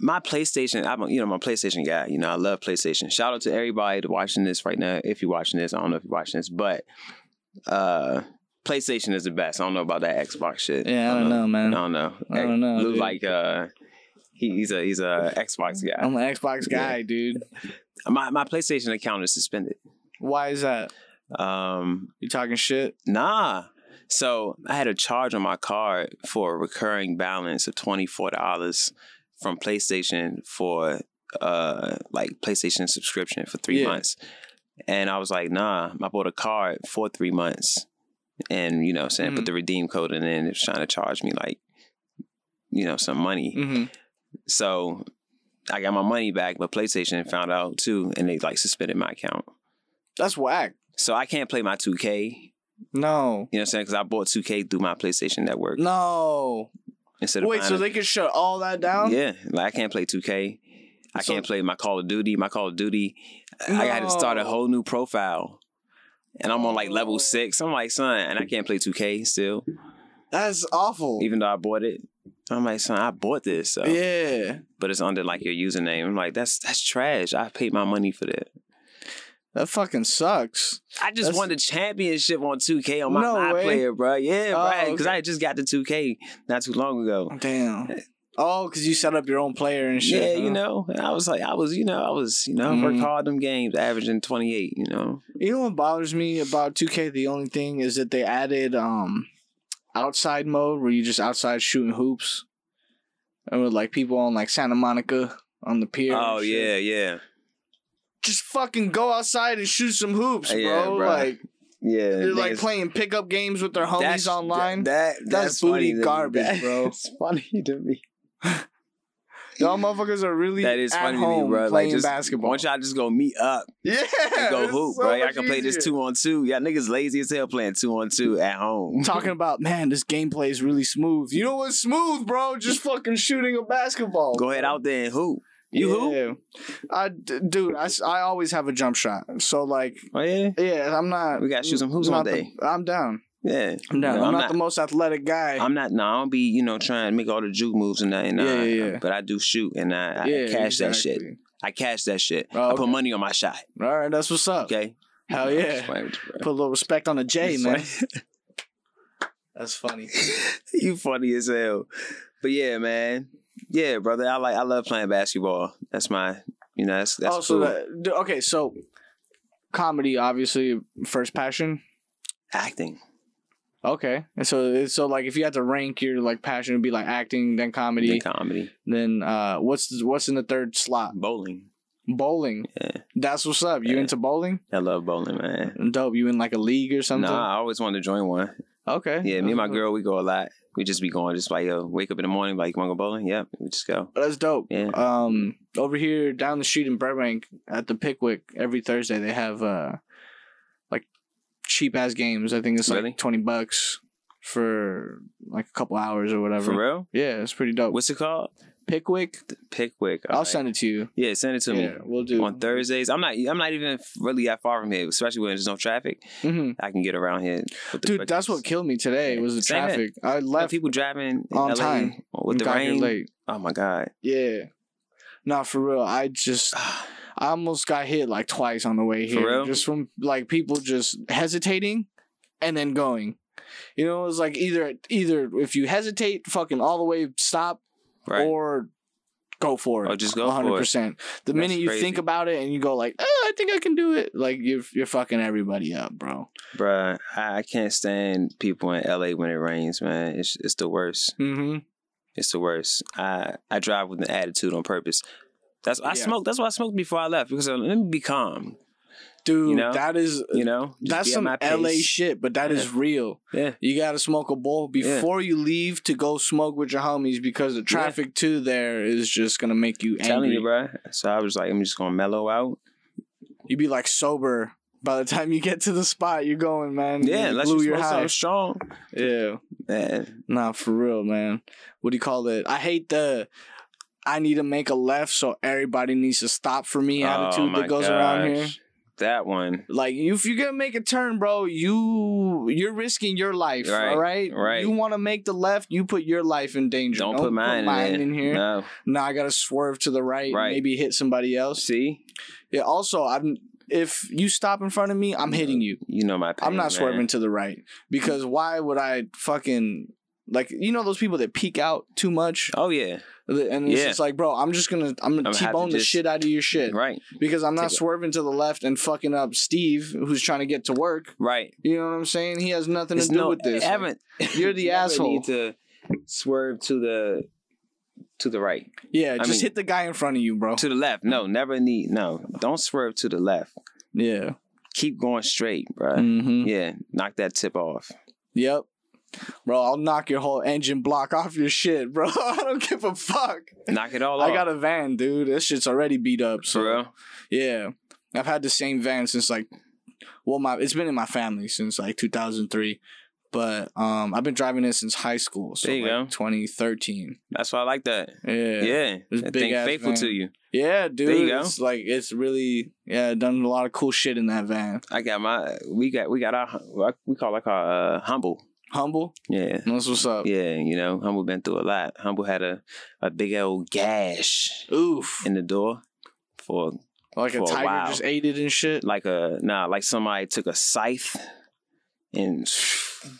S2: my PlayStation, I'm a, you know my PlayStation guy. You know I love PlayStation. Shout out to everybody that's watching this right now. If you're watching this, I don't know if you're watching this, but uh PlayStation is the best. I don't know about that Xbox shit.
S1: yeah, I don't know,
S2: I
S1: man.
S2: don't know.
S1: I don't know,
S2: Lou
S1: dude.
S2: like uh, he, he's a he's a Xbox guy.
S1: I'm an Xbox guy, dude.
S2: My my PlayStation account is suspended.
S1: Why is that?
S2: Um,
S1: You talking shit?
S2: nah. So I had a charge on my card for a recurring balance of twenty four dollars from PlayStation for uh like PlayStation subscription for three
S1: Yeah.
S2: months, and I was like, nah. I bought a card for three months, and you know, what I'm saying put
S1: Mhm.
S2: the redeem code in, and it was trying to charge me like, you know, some money.
S1: Mhm.
S2: So I got my money back, but PlayStation found out too, and they like suspended my account.
S1: That's whack.
S2: So I can't play my 2K.
S1: No.
S2: You know what I'm saying? Because I bought 2K through my PlayStation network
S1: No.
S2: instead of
S1: Wait,
S2: buying
S1: so
S2: it.
S1: they could shut all that down?
S2: yeah, like I can't play 2K. I
S1: So-
S2: can't play my Call of Duty. My Call of Duty, I got to start a
S1: No.
S2: whole new profile, and I'm on like
S1: No.
S2: level six. I'm like, son, and I can't play 2K still,
S1: That's awful.
S2: even though I bought it. I'm like, son, I bought this, so.
S1: yeah.
S2: but it's under like your username. I'm like, that's that's trash. I paid my money for that.
S1: That fucking sucks.
S2: I just
S1: That's-
S2: won the championship on 2K on my,
S1: No
S2: my
S1: way.
S2: player, bro. Yeah,
S1: Oh,
S2: right. Because
S1: okay.
S2: I just got the 2K not too long ago.
S1: Damn. Oh, because you set up your own player and shit.
S2: Yeah, you
S1: huh?
S2: know, and I was like, I was, you know, I was, you know, I worked
S1: Mhm.
S2: hard them games, averaging 28, you know.
S1: You know what bothers me about 2K? The only thing is that they added um outside mode where you just outside shooting hoops. And with like people on like Santa Monica on the pier. and
S2: oh,
S1: shit.
S2: yeah, yeah.
S1: Just fucking go outside and shoot some hoops,
S2: Yeah,
S1: bro.
S2: bruh.
S1: Like
S2: Yeah.
S1: they're like
S2: niggas-
S1: playing pickup games with their homies
S2: that's-
S1: online.
S2: That,
S1: That's
S2: funny
S1: booty
S2: to me.
S1: garbage, bro.
S2: It's funny to me.
S1: Y'all motherfuckers are really
S2: That is
S1: at
S2: funny to
S1: home
S2: me, bro.
S1: playing
S2: Like, just,
S1: basketball.
S2: why don't y'all just go meet up
S1: yeah,
S2: and go
S1: it's
S2: hoop,
S1: so
S2: bro? Y'all
S1: much
S2: can play this
S1: easier.
S2: two on two. Y'all niggas lazy as hell playing two on two at home.
S1: talking about man, this gameplay is really smooth. You know what's smooth, bro? Just fucking shooting a basketball.
S2: Go ahead out there and hoop. You hoop?
S1: Yeah. I d- dude, I, s- I always have a jump shot. So like,
S2: Oh, yeah.
S1: yeah, I'm not.
S2: We gotta shoot some hoops
S1: not
S2: one day.
S1: the- I'm down.
S2: Yeah.
S1: I'm down.
S2: No,
S1: I'm,
S2: I'm
S1: not,
S2: not-
S1: the most athletic guy.
S2: I'm not. No, I don't be. You know, trying to make all the juke moves and that. And
S1: Yeah,
S2: I,
S1: yeah, yeah.
S2: But I do shoot and I, I cash that shit. I cash that shit.
S1: Oh,
S2: I put
S1: okay.
S2: money on my shot.
S1: All right, that's what's up.
S2: Okay.
S1: Hell
S2: I'm
S1: yeah.
S2: just playing with you,
S1: Put a little respect on the J,
S2: It's
S1: man. That's funny.
S2: bro. you funny as hell. But yeah, man. Yeah, brother. I like. I love playing basketball. That's my. You know. That's that's
S1: oh, so
S2: cool.
S1: that, d- okay, so comedy, obviously, first passion.
S2: Acting.
S1: Okay, and so so like if you had to rank your like passion, it'd be like acting, then comedy,
S2: Comedy. comedy.
S1: then uh, what's what's in the third slot?
S2: Bowling.
S1: Bowling.
S2: Yeah.
S1: That's what's up. You
S2: Yeah.
S1: into bowling?
S2: I love bowling, man.
S1: Dope. You in like a league or something?
S2: Nah, I always wanted to join one.
S1: Okay.
S2: Yeah, me and my girl, we go a lot. We just be going, just like yo, wake up in the morning, like you want to go bowling? Yep, we just go.
S1: That's dope.
S2: Yeah.
S1: Um, over here down the street in Burbank at the Pickwick, every Thursday they have uh, like cheap ass games. I think it's like
S2: Really?
S1: twenty bucks for like a couple hours or whatever.
S2: For real?
S1: Yeah, it's pretty dope.
S2: What's it called?
S1: Pickwick?
S2: Pickwick.
S1: I'll
S2: alright.
S1: send it to you.
S2: Yeah, send it to
S1: yeah,
S2: me.
S1: we'll do.
S2: On Thursdays, I'm not. I'm not even really that far from here, especially when there's no traffic.
S1: hmm
S2: I can get around here. with the
S1: Dude, that's what killed me today
S2: Yeah,
S1: was the
S2: same here.
S1: traffic. I
S2: You know,
S1: left
S2: people driving in
S1: on
S2: LA
S1: time.
S2: with the
S1: got here
S2: rain.
S1: late.
S2: Oh my god!
S1: Yeah. Not for real. I just I almost got hit like twice on the way
S2: For
S1: here,
S2: real?
S1: just from like people just hesitating and then going. You know, it was like either either if you hesitate, fucking all the way stop,
S2: Right?
S1: or go for it.
S2: Or just go for it.
S1: percent. The
S2: That's
S1: minute you think
S2: crazy.
S1: about it and you go like, oh, I think I can do it, like you're you're fucking everybody up, bro.
S2: Bruh, I I can't stand people in LA when it rains, man. It's it's the worst.
S1: Mm-hmm.
S2: It's the worst. I I drive with an attitude on purpose. That's I
S1: Yeah.
S2: smoked. That's why I smoked before I left because uh, let me be calm.
S1: Dude,
S2: You know?
S1: that is
S2: You know, Just be
S1: that's
S2: at
S1: some
S2: my
S1: LA
S2: pace.
S1: shit, but that is
S2: Yeah.
S1: real.
S2: Yeah,
S1: You gotta smoke a bowl
S2: Yeah.
S1: before you leave to go smoke with your homies because the traffic to there is just gonna make you
S2: telling
S1: angry.
S2: you,
S1: You,
S2: bruh. So I was like, I'm just gonna mellow out.
S1: would be like sober by the time you get to the spot you're going, man.
S2: Yeah,
S1: you
S2: unless
S1: blew
S2: you
S1: your
S2: smoke something
S1: high.
S2: strong.
S1: Yeah,
S2: Man,
S1: nah, for real, man. What do you call it? I hate the. I need to make a left, so everybody needs to stop for me
S2: Oh,
S1: attitude
S2: my
S1: that goes around here.
S2: gosh. That one.
S1: Like you, if you're gonna make a turn, bro, you you're risking your life.
S2: Right,
S1: all right,
S2: right.
S1: You want to make the left, you put your life in danger.
S2: Don't, put mine, in,
S1: in here.
S2: No.
S1: now I gotta swerve to the right,
S2: Right.
S1: maybe hit somebody else.
S2: See,
S1: Yeah. Also, I'm if you stop in front of me, I'm hitting you.
S2: you know my pain.
S1: I'm not
S2: man.
S1: swerving to the right because why would I fucking like you know those people that peek out too much
S2: Oh yeah,
S1: and it's
S2: Yeah.
S1: just like bro, I'm just gonna I'm gonna
S2: I'm happy
S1: t-bone the
S2: just-
S1: shit out of your shit
S2: right,
S1: because I'm not
S2: Take it.
S1: swerving to the left and fucking up Steve who's trying to get to work.
S2: right.
S1: You know what I'm saying? He has nothing
S2: It's
S1: to do
S2: no-
S1: with this.
S2: Evan,
S1: You're the
S2: you never
S1: asshole.
S2: Need to swerve to the to the right,
S1: yeah,
S2: I
S1: just
S2: mean-
S1: hit the guy in front of you, bro.
S2: to the left. No, never need. No, don't swerve to the left.
S1: yeah.
S2: Keep going straight, bruh.
S1: Mm-hmm.
S2: Yeah, knock that tip off.
S1: Yep. Bro, I'll knock your whole engine block off your shit, bro. I don't give a fuck.
S2: Knock it all off.
S1: I got a van, dude. This shit's already beat up. So
S2: for real.
S1: yeah, I've had the same van since like, well, my it's been in my family since like 2003, but um, I've been driving it since high school, so
S2: There you
S1: like
S2: go.
S1: 2013.
S2: That's why I like that.
S1: Yeah,
S2: Yeah,
S1: yeah, It's
S2: that
S1: big
S2: thing
S1: ass
S2: faithful
S1: van.
S2: to you.
S1: dude.
S2: you go.
S1: It's like it's really yeah, done a lot of cool shit in that van.
S2: I got my. We got. We got our. We call like our uh, humble.
S1: Humble,
S2: Yeah.
S1: that's what's up.
S2: Yeah, you know, Humble been through a lot. Humble had a, a big old gash
S1: Oof.
S2: in the door for
S1: Like a
S2: For a
S1: tiger
S2: while.
S1: just ate it and shit.
S2: Like a nah, like somebody took a scythe and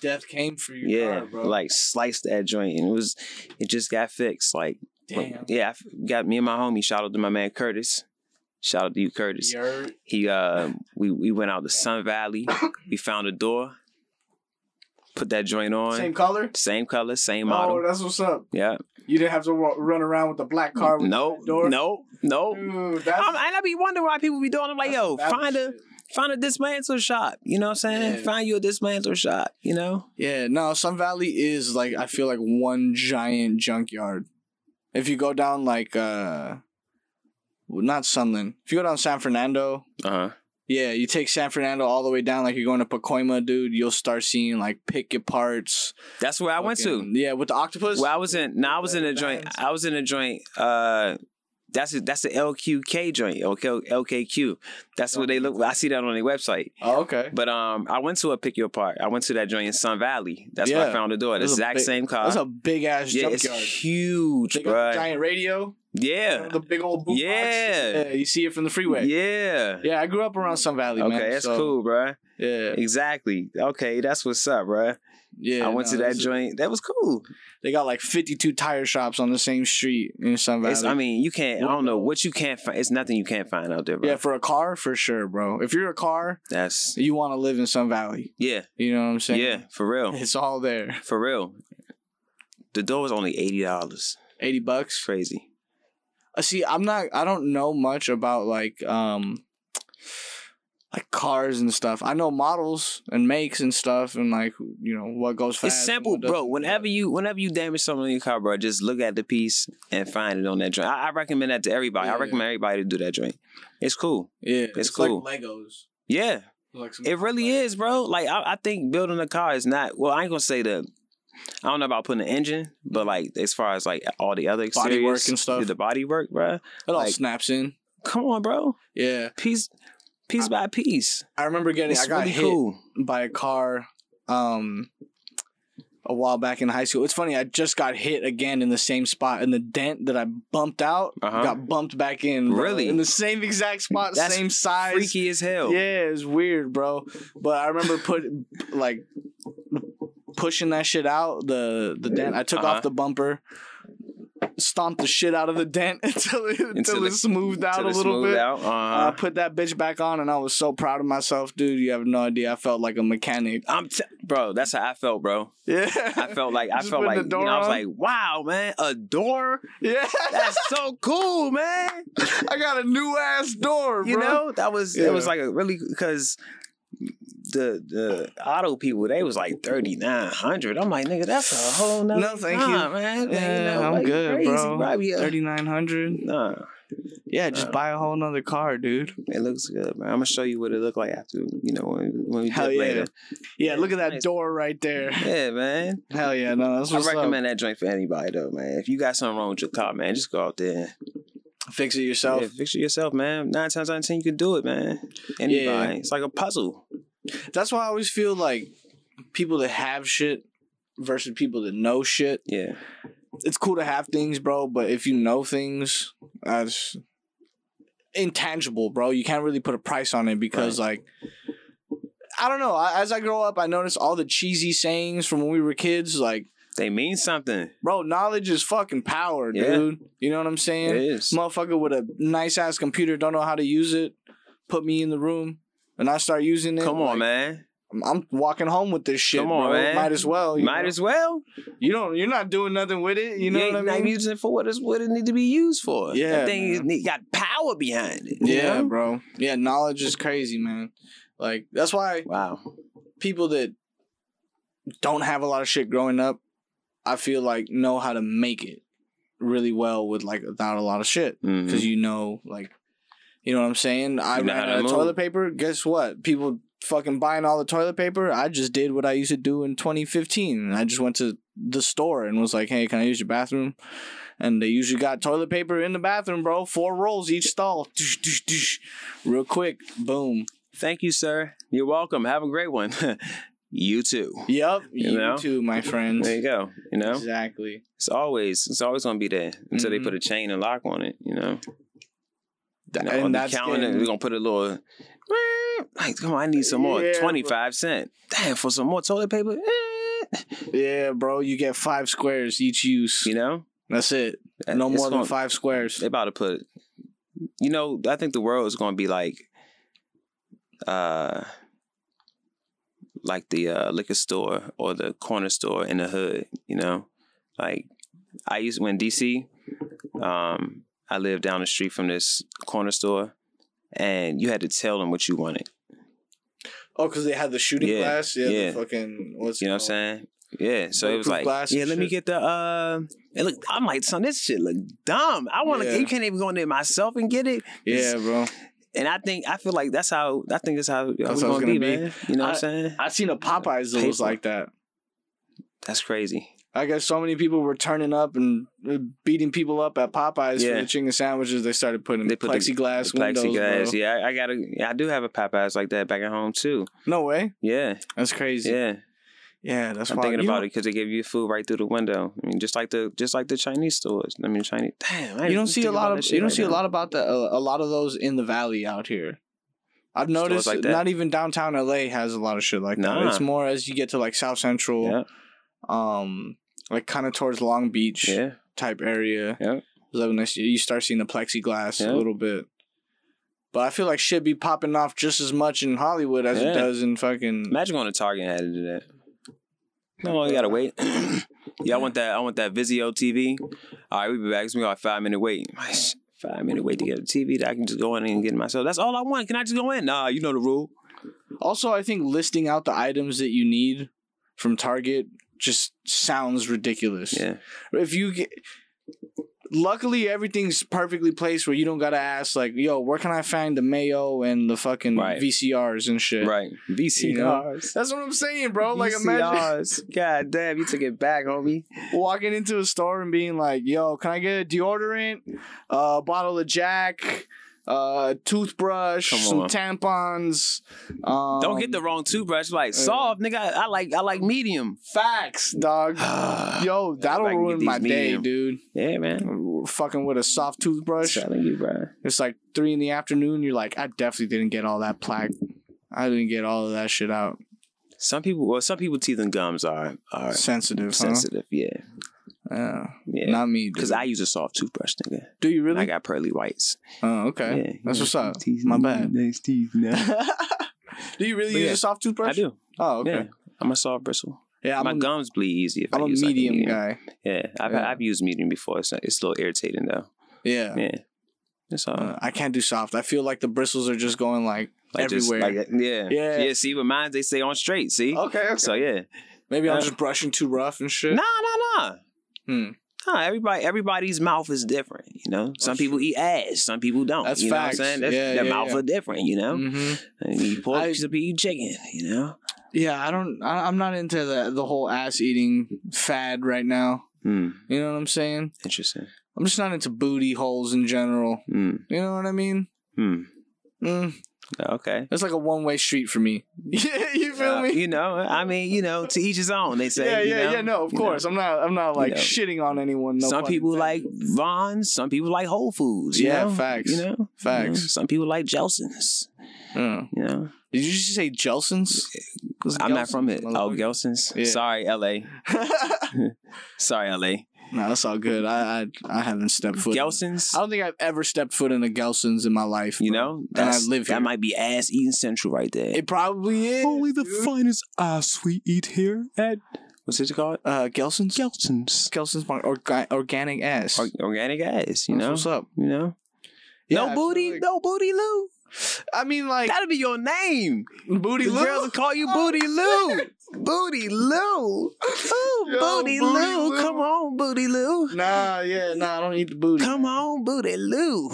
S1: Death came for you,
S2: yeah,
S1: bro.
S2: like sliced that joint, and it was it just got fixed. Like but,
S1: damn.
S2: yeah, I f- got me and my homie. Shout out to my man Curtis. Shout out to you, Curtis.
S1: Yer.
S2: He uh, we we went out to Sun Valley. we found a door, put that joint on.
S1: Same
S2: Same,
S1: color.
S2: color, same
S1: Oh,
S2: model.
S1: that's what's up.
S2: Yeah.
S1: You didn't have to wa- run around with the black car. With
S2: No,
S1: the door.
S2: no, no.
S1: Dude, that's,
S2: I'm, and I be wondering why people be doing. I'm like,
S1: that's
S2: yo,
S1: some battle
S2: find a
S1: shit.
S2: find a dismantle shop. You know what I'm saying?
S1: Yeah.
S2: Find you a dismantle shop. You know?
S1: Yeah, no, Sun Valley is like I feel like one giant junkyard. If you go down like uh well, not Sunland. If you go down San Fernando,
S2: Uh huh.
S1: yeah, you take San Fernando all the way down like you're going to Pacoima, dude, you'll start seeing like picket parts.
S2: That's where I went to.
S1: Fucking- Yeah, with the octopus.
S2: Well, I was in. No, I was in a
S1: the
S2: joint.
S1: bands.
S2: I was in a joint. Uh, that's a, that's the LQK joint. LK, LKQ. That's what they look. I see that on their website.
S1: Oh, okay.
S2: But um, I went to a pick your part. I went to that joint in Sun Valley. That's where
S1: Yeah.
S2: I found the door. The
S1: That's a
S2: exact
S1: big-
S2: same car.
S1: That's a big ass
S2: uh, yeah, it's
S1: junkyard.
S2: huge,
S1: They got the
S2: bruh.
S1: giant radio, you know,
S2: Yeah,
S1: the big old boot box.
S2: Yeah.
S1: yeah, you see it from the freeway. Yeah,
S2: yeah.
S1: I grew up around Sun Valley, man.
S2: Okay, that's
S1: so,
S2: cool, bruh.
S1: Yeah,
S2: Exactly. Okay, that's what's up, bruh.
S1: yeah.
S2: I went
S1: no,
S2: to that
S1: that's a-
S2: joint. That was cool.
S1: They got like 52 tire shops on the same street in Sun Valley.
S2: It's, I mean, you can't. I
S1: Well,
S2: don't know
S1: no.
S2: what you can't find. It's nothing you can't find out there, bro.
S1: yeah, for a car, for sure, bro. If you're a car,
S2: That's
S1: you want to live in Sun Valley.
S2: yeah,
S1: You know what I'm saying?
S2: yeah, for real.
S1: It's all there.
S2: For real. The door was only eighty dollars.
S1: 80 bucks.
S2: Crazy.
S1: Uh, See, I'm not, I don't know much about like, um, like cars and stuff. I know models and makes and stuff and like, you know, what goes fast.
S2: it's
S1: and
S2: simple,
S1: what doesn't.
S2: bro. Whenever you whenever you damage something on your car, bro, just look at the piece and find it on that joint. I, I recommend that to everybody. I
S1: Yeah.
S2: recommend everybody to do that joint. It's cool.
S1: Yeah.
S2: it's cool.
S1: like Legos.
S2: Yeah.
S1: Like some-
S2: It really is, bro. Like I, I think building a car is not well, I ain't gonna say the I don't know about putting an engine, but like as far as like all the other
S1: Bodywork
S2: exteriors,
S1: and stuff.
S2: the body work, bro.
S1: It all
S2: like-
S1: snaps in.
S2: Come on, bro.
S1: Yeah.
S2: Piece piece by piece.
S1: I remember getting,
S2: It's
S1: I got
S2: really
S1: hit.
S2: cool.
S1: by a car um a while back in high school. It's funny, I just got hit again in the same spot and the dent that I bumped out
S2: Uh-huh.
S1: got bumped back in. bro.
S2: Really?
S1: In the same exact spot,
S2: That's
S1: same size.
S2: Freaky as hell.
S1: Yeah, it's weird, bro. But I remember put like pushing that shit out, the the dent. I took
S2: Uh-huh.
S1: off the bumper, stomped the shit out of the dent until it until,
S2: Until
S1: it
S2: it-
S1: smoothed out
S2: Till
S1: a
S2: it's
S1: little
S2: smoothed
S1: bit. Uh,
S2: out.
S1: I
S2: Uh-huh.
S1: put that bitch back on, and I was so proud of myself, dude. You have no idea. I felt like a mechanic.
S2: I'm t- bro. That's how I felt, bro.
S1: Yeah,
S2: I felt like I
S1: Just
S2: felt
S1: putting
S2: like
S1: the
S2: you know,
S1: door
S2: I was
S1: on?
S2: like, wow, man, a door.
S1: yeah.
S2: That's so cool, man.
S1: I got a new ass door,
S2: You
S1: bro.
S2: know, that was
S1: Yeah.
S2: it was like a really because the the auto people they was like thirty nine hundred. I'm like, nigga, that's a whole nother
S1: No, thank you.
S2: time, man. Like,
S1: Yeah,
S2: you know,
S1: I'm
S2: like,
S1: good,
S2: crazy,
S1: bro. Uh,
S2: Probably a-
S1: Thirty nine hundred.
S2: Nah,
S1: Yeah, just buy a whole nother car, dude.
S2: it looks good, man. I'm gonna show you what it looked like after you know when, when we
S1: Hell
S2: dip
S1: yeah.
S2: later.
S1: Yeah, look at that
S2: Nice.
S1: door right there.
S2: Yeah, man.
S1: Hell yeah, no, that's
S2: I
S1: what's
S2: recommend that joint for anybody though, man. If you got something wrong with your car, man, just go out there. and
S1: up. Fix it yourself.
S2: Yeah, fix it yourself, man. Nine times out of ten, you can do it, man. Anybody.
S1: Yeah.
S2: It's like a puzzle.
S1: That's why I always feel like people that have shit versus people that know shit.
S2: Yeah.
S1: It's cool to have things, bro, but if you know things, that's intangible, bro. You can't really put a price on it because, like, I don't know. I, as I grow up, I notice all the cheesy sayings from when we were kids, like.
S2: They mean something.
S1: Bro, knowledge is fucking power,
S2: Yeah.
S1: dude. You know what I'm
S2: It
S1: saying?
S2: is.
S1: Motherfucker with a nice ass computer, don't know how to use it. Put me in the room and I start using it.
S2: Come on,
S1: like,
S2: man.
S1: I'm, I'm walking home with this shit.
S2: Come on,
S1: bro.
S2: man.
S1: Might as well. You
S2: Might
S1: know?
S2: as well.
S1: You don't. You're not doing nothing with it. oh, You know
S2: ain't
S1: what I
S2: not
S1: mean?
S2: using it for what, it's, what it need to be used for.
S1: Yeah,
S2: That thing
S1: man.
S2: is- it got power behind it. you
S1: yeah,
S2: know?
S1: bro. Yeah, knowledge is crazy, man. Like that's why
S2: Wow.
S1: people that don't have a lot of shit growing up, I feel like know how to make it really well with like without a lot of shit.
S2: Mhm.
S1: because you know, like, you know what I'm saying. I
S2: You know how
S1: ran
S2: to
S1: out of
S2: move.
S1: toilet paper. Guess what? People fucking buying all the toilet paper. I just did what I used to do in 2015. And I just went to the store and was like, "Hey, can I use your bathroom?" And they usually got toilet paper in the bathroom, bro. Four rolls each stall, Doosh, doosh, doosh. real quick. Boom.
S2: Thank you, sir. You're welcome. Have a great one. you too.
S1: Yup. You,
S2: You know?
S1: too, my friends.
S2: There you go. You know?
S1: Exactly.
S2: It's always it's always gonna be there until
S1: Mhm.
S2: they put a chain and lock on it, you know. You know,
S1: and
S2: on the
S1: that's
S2: counter,
S1: getting-
S2: we're gonna put a little. Like, come on, I need some more.
S1: Yeah, bro.
S2: Twenty five cent. Damn, for some more toilet paper. Eh.
S1: Yeah, bro, you get five squares each use.
S2: You know,
S1: That's it. No
S2: It's
S1: more than
S2: gonna-
S1: five squares.
S2: They about to put. You know, I think the world is gonna be like, uh, like the uh, liquor store or the corner store in the hood. You know, like I used when DC. Um, I lived down the street from this corner store, and you had to tell them what you wanted.
S1: Oh, because they had the shooting
S2: Yeah,
S1: glass. Yeah,
S2: yeah.
S1: The fucking what's
S2: You know
S1: it
S2: what I'm
S1: called?
S2: saying? Yeah. So it was
S1: Oh. Bulletproof
S2: like,
S1: glass and
S2: yeah, let me
S1: shit.
S2: get the. Uh, it look, I'm like, son, this shit look dumb. I want to.
S1: Yeah.
S2: You can't even go in there myself and get it.
S1: Yeah, bro.
S2: And I think I feel like that's how I think that's how we
S1: That's
S2: gonna,
S1: how it's
S2: be,
S1: gonna be.
S2: man. You know what I'm saying?
S1: I seen a Popeyes that was
S2: Paper.
S1: like that.
S2: that's crazy.
S1: I guess so many people were turning up and uh, beating people up at Popeyes for
S2: Yeah.
S1: the chicken sandwiches. They started putting
S2: They put the-
S1: plexiglass windows.
S2: Plexiglass.
S1: bro.
S2: Yeah, I, I gotta. Yeah, I do have a Popeyes like that back at home too.
S1: No way.
S2: Yeah,
S1: That's crazy. Yeah,
S2: yeah.
S1: that's
S2: I'm
S1: wild.
S2: thinking
S1: You
S2: about
S1: don't-
S2: it because they give you food right through the window. I mean, just like the just like the Chinese stores. I mean, Chinese. Damn, I
S1: You don't see a lot of you don't see a lot about the uh, a, a lot of those in the valley out here. I've
S2: Stores
S1: noticed
S2: like that?
S1: not even downtown LA has a lot of shit like that.
S2: Nah.
S1: It's more as you get to like South Central, um, like kind of towards Long Beach
S2: Yeah, yeah.
S1: type area.
S2: Yeah.
S1: Is that when they- you start seeing the plexiglass
S2: Yeah.
S1: a little bit. But I feel like shit be popping off just as much in Hollywood as it
S2: Yeah.
S1: does in fucking.
S2: Imagine going to Target and had to do that. No, you gotta wait. yeah, I want that. I want that Vizio TV. All right, we be back. It's gonna be like five minute wait. Five minute wait to get a TV that I can just go in and get myself. That's all I want. Can I just go in? Nah, you know the rule.
S1: Also, I think listing out the items that you need from Target just sounds ridiculous.
S2: Yeah,
S1: If you get. Luckily, everything's perfectly placed where you don't gotta ask, like, yo, where can I find the mayo and the fucking
S2: Right.
S1: VCRs and shit?
S2: right. VCRs.
S1: You know? That's what I'm saying, bro. Oh, Like, imagine.
S2: VCRs. God damn, you took it back, homie.
S1: walking into a store and being like, "Yo, can I get a deodorant, uh, a bottle of Jack, uh, toothbrush,
S2: Come
S1: some
S2: on.
S1: tampons?" Um,
S2: Don't get the wrong toothbrush. Like
S1: yeah.
S2: soft, nigga. I, I like. I like medium.
S1: facts, dog.
S2: yeah,
S1: Yo, that'll
S2: I can get
S1: ruin
S2: these
S1: my day,
S2: medium.
S1: dude.
S2: man.
S1: Fucking with a soft
S2: I'm
S1: toothbrush.
S2: telling you, bro.
S1: It's like three in the afternoon. You're like, I definitely didn't get all that plaque. I didn't get all of that shit out.
S2: Some people. Well, some people teeth and gums are are
S1: Uh-huh. Sensitive, huh?
S2: sensitive. Yeah,
S1: Yeah.
S2: yeah.
S1: Not me, dude.
S2: Because I use a soft toothbrush, nigga.
S1: Do you
S2: And I
S1: really?
S2: got pearly whites.
S1: Oh, okay.
S2: Yeah,
S1: That's
S2: yeah.
S1: what's up.
S2: Teeth-
S1: My bad.
S2: Nice teeth now.
S1: Do you really
S2: But
S1: use
S2: yeah,
S1: a soft toothbrush?
S2: I do.
S1: Oh, okay.
S2: Yeah. I'm a soft bristle.
S1: Yeah, I'm
S2: My
S1: a,
S2: gums bleed easy if i
S1: I'm a
S2: use
S1: medium,
S2: like, a medium
S1: guy.
S2: Yeah, I've,
S1: Yeah.
S2: I've used medium before. It's, not, it's a little irritating though.
S1: Yeah.
S2: Yeah, that's all.
S1: Uh, I can't do soft. I feel like the bristles are just going like,
S2: like just
S1: everywhere.
S2: like that- yeah.
S1: Yeah.
S2: yeah, See, but mine they stay on straight. See,
S1: okay, okay.
S2: so uh, yeah,
S1: Maybe I'm
S2: Yeah.
S1: just brushing too rough and shit.
S2: nah, nah, nah.
S1: Hmm.
S2: Nah, everybody, everybody's mouth is different. You know, some
S1: That's
S2: people eat ass, some people don't.
S1: That's
S2: you know
S1: facts.
S2: what I'm saying? That's,
S1: Yeah,
S2: their
S1: yeah,
S2: mouth
S1: yeah.
S2: are different. You know,
S1: Mhm.
S2: and you eat pork,
S1: I-
S2: some people eat chicken. You know,
S1: Yeah, I don't. I, I'm not into the the whole ass eating fad right now.
S2: hmm,
S1: You know what I'm saying?
S2: interesting.
S1: I'm just not into booty holes in general.
S2: Hmm,
S1: You know what I mean?
S2: hmm.
S1: Mm,
S2: Okay.
S1: that's like a one way street for me. yeah, you feel
S2: Uh,
S1: me?
S2: You know, I mean, you know, to each his own. They say,
S1: yeah,
S2: you
S1: yeah,
S2: know,
S1: yeah. No, of
S2: you know.
S1: course. I'm not. I'm not
S2: You
S1: like
S2: know.
S1: shitting on anyone. No
S2: some
S1: pun
S2: people
S1: intended.
S2: like Vons, some people like Whole Foods. you
S1: Yeah,
S2: know?
S1: facts.
S2: You know,
S1: Facts.
S2: You know, some people like Gelson's.
S1: Yeah.
S2: You know,
S1: Did you just say Jelsons?
S2: I'm not from it. Oh,
S1: go.
S2: Gelson's.
S1: Yeah.
S2: Sorry, L.A. Sorry, L.A.
S1: no, that's all good. I I, I haven't stepped foot. in-
S2: Gelson's.
S1: I don't think I've ever stepped foot in a Gelson's in my life.
S2: You
S1: bro.
S2: know,
S1: and I
S2: That's-
S1: live here.
S2: That might be ass eating central right there.
S1: it probably is. dude.
S2: finest ass we eat here at what's it called?
S1: uh, Gelson's.
S2: Gelson's.
S1: Gelson's Bar- orga- organic ass.
S2: Or- organic ass. You
S1: That's
S2: know.
S1: what's up?
S2: You know.
S1: Yeah, I
S2: no
S1: feel
S2: booty.
S1: like-
S2: No booty, Lou.
S1: I mean, like
S2: That'll be your name.
S1: booty
S2: The girls
S1: little.
S2: will call you Booty Lou. Booty Lou. Ooh,
S1: Yo,
S2: Booty,
S1: Booty
S2: Lou.
S1: Lou.
S2: Come on, Booty Lou.
S1: Nah, yeah, nah. I don't eat the booty.
S2: Come on, Booty Lou.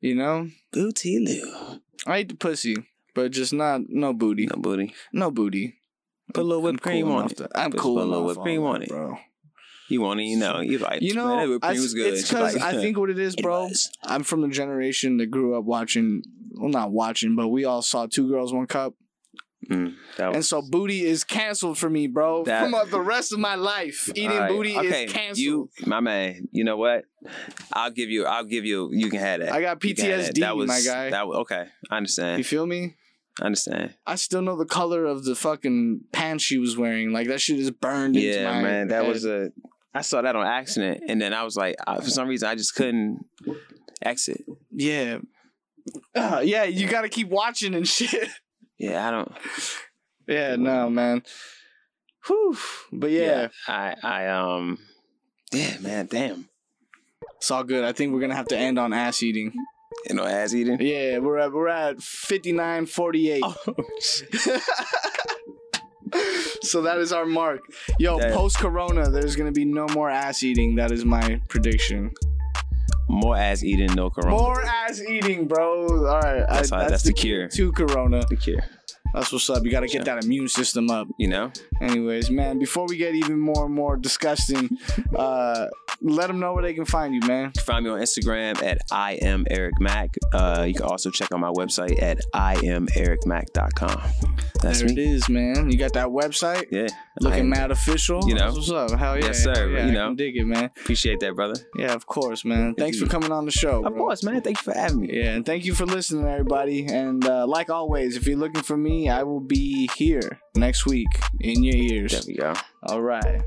S1: You know,
S2: Booty Lou.
S1: I eat the pussy, but just not no booty,
S2: No booty.
S1: no booty.
S2: Put a little whipped
S1: I'm cool
S2: cream on
S1: enough
S2: it.
S1: to- I'm
S2: Just
S1: cool
S2: put a little
S1: enough
S2: whipped cream
S1: that,
S2: on it.
S1: bro.
S2: You want to, you know, you like,
S1: You know,
S2: man, that whipped
S1: I,
S2: cream was good.
S1: it's
S2: She
S1: because
S2: like,
S1: I think what it is,
S2: it
S1: bro.
S2: was.
S1: I'm from the generation that grew up watching, well, not watching, but we all saw Two Girls, One Cup.
S2: Mm, that
S1: And so booty is canceled for me, bro.
S2: That-
S1: From uh, the rest of my life, eating
S2: All right.
S1: booty
S2: Okay,
S1: is canceled.
S2: You, my man. You know what? I'll give you. I'll give you. You can have that.
S1: I got
S2: You can have
S1: PTSD, my guy.
S2: That was okay. I understand.
S1: you feel me?
S2: I understand.
S1: I still know the color of the fucking pants she was wearing. Like that shit is burned into
S2: Yeah,
S1: my
S2: man. That
S1: head.
S2: was a. I saw that on accident, and then I was like, I, for some reason, I just couldn't exit.
S1: yeah. Ah, yeah, you gotta keep watching and shit.
S2: Yeah, I don't.
S1: yeah, no, man. Whew. But yeah,
S2: I. I um. Yeah, man. Damn.
S1: it's all good. I think we're gonna have to end on ass eating.
S2: You know, ass eating.
S1: Yeah, we're at we're at fifty nine forty eight.
S2: Oh, shit.
S1: so that is our mark. Yo,
S2: Damn.
S1: post corona, there's gonna be no more ass eating. That is my prediction.
S2: More ass eating, no corona.
S1: More ass eating, bro. All right, I-
S2: That's, how, that's, the, cure.
S1: to corona.
S2: The cure.
S1: That's what's up. You gotta get
S2: Yeah.
S1: that immune system up.
S2: You know.
S1: Anyways, man, before we get even more and more disgusting, uh, let them know where they can find you, man.
S2: You can find me on Instagram at I am Eric Mack. Uh, you can also check out my website at I am ericmack.com. That's
S1: there
S2: me.
S1: it is, man. You got that website.
S2: Yeah. I
S1: Looking
S2: am-
S1: mad official.
S2: You know.
S1: That's what's up. Hell yeah.
S2: Yes, sir,
S1: hell yeah,
S2: you
S1: I
S2: know.
S1: can dig it, man.
S2: Appreciate that, brother.
S1: Yeah, of course, man. Thanks for
S2: you.
S1: coming on the show.
S2: Of
S1: bro.
S2: course, man. Thank you for having me.
S1: Yeah, and thank you for listening, everybody. And uh, like always, if you're looking for me, I will be here next week in your
S2: There
S1: ears.
S2: we go.
S1: All right.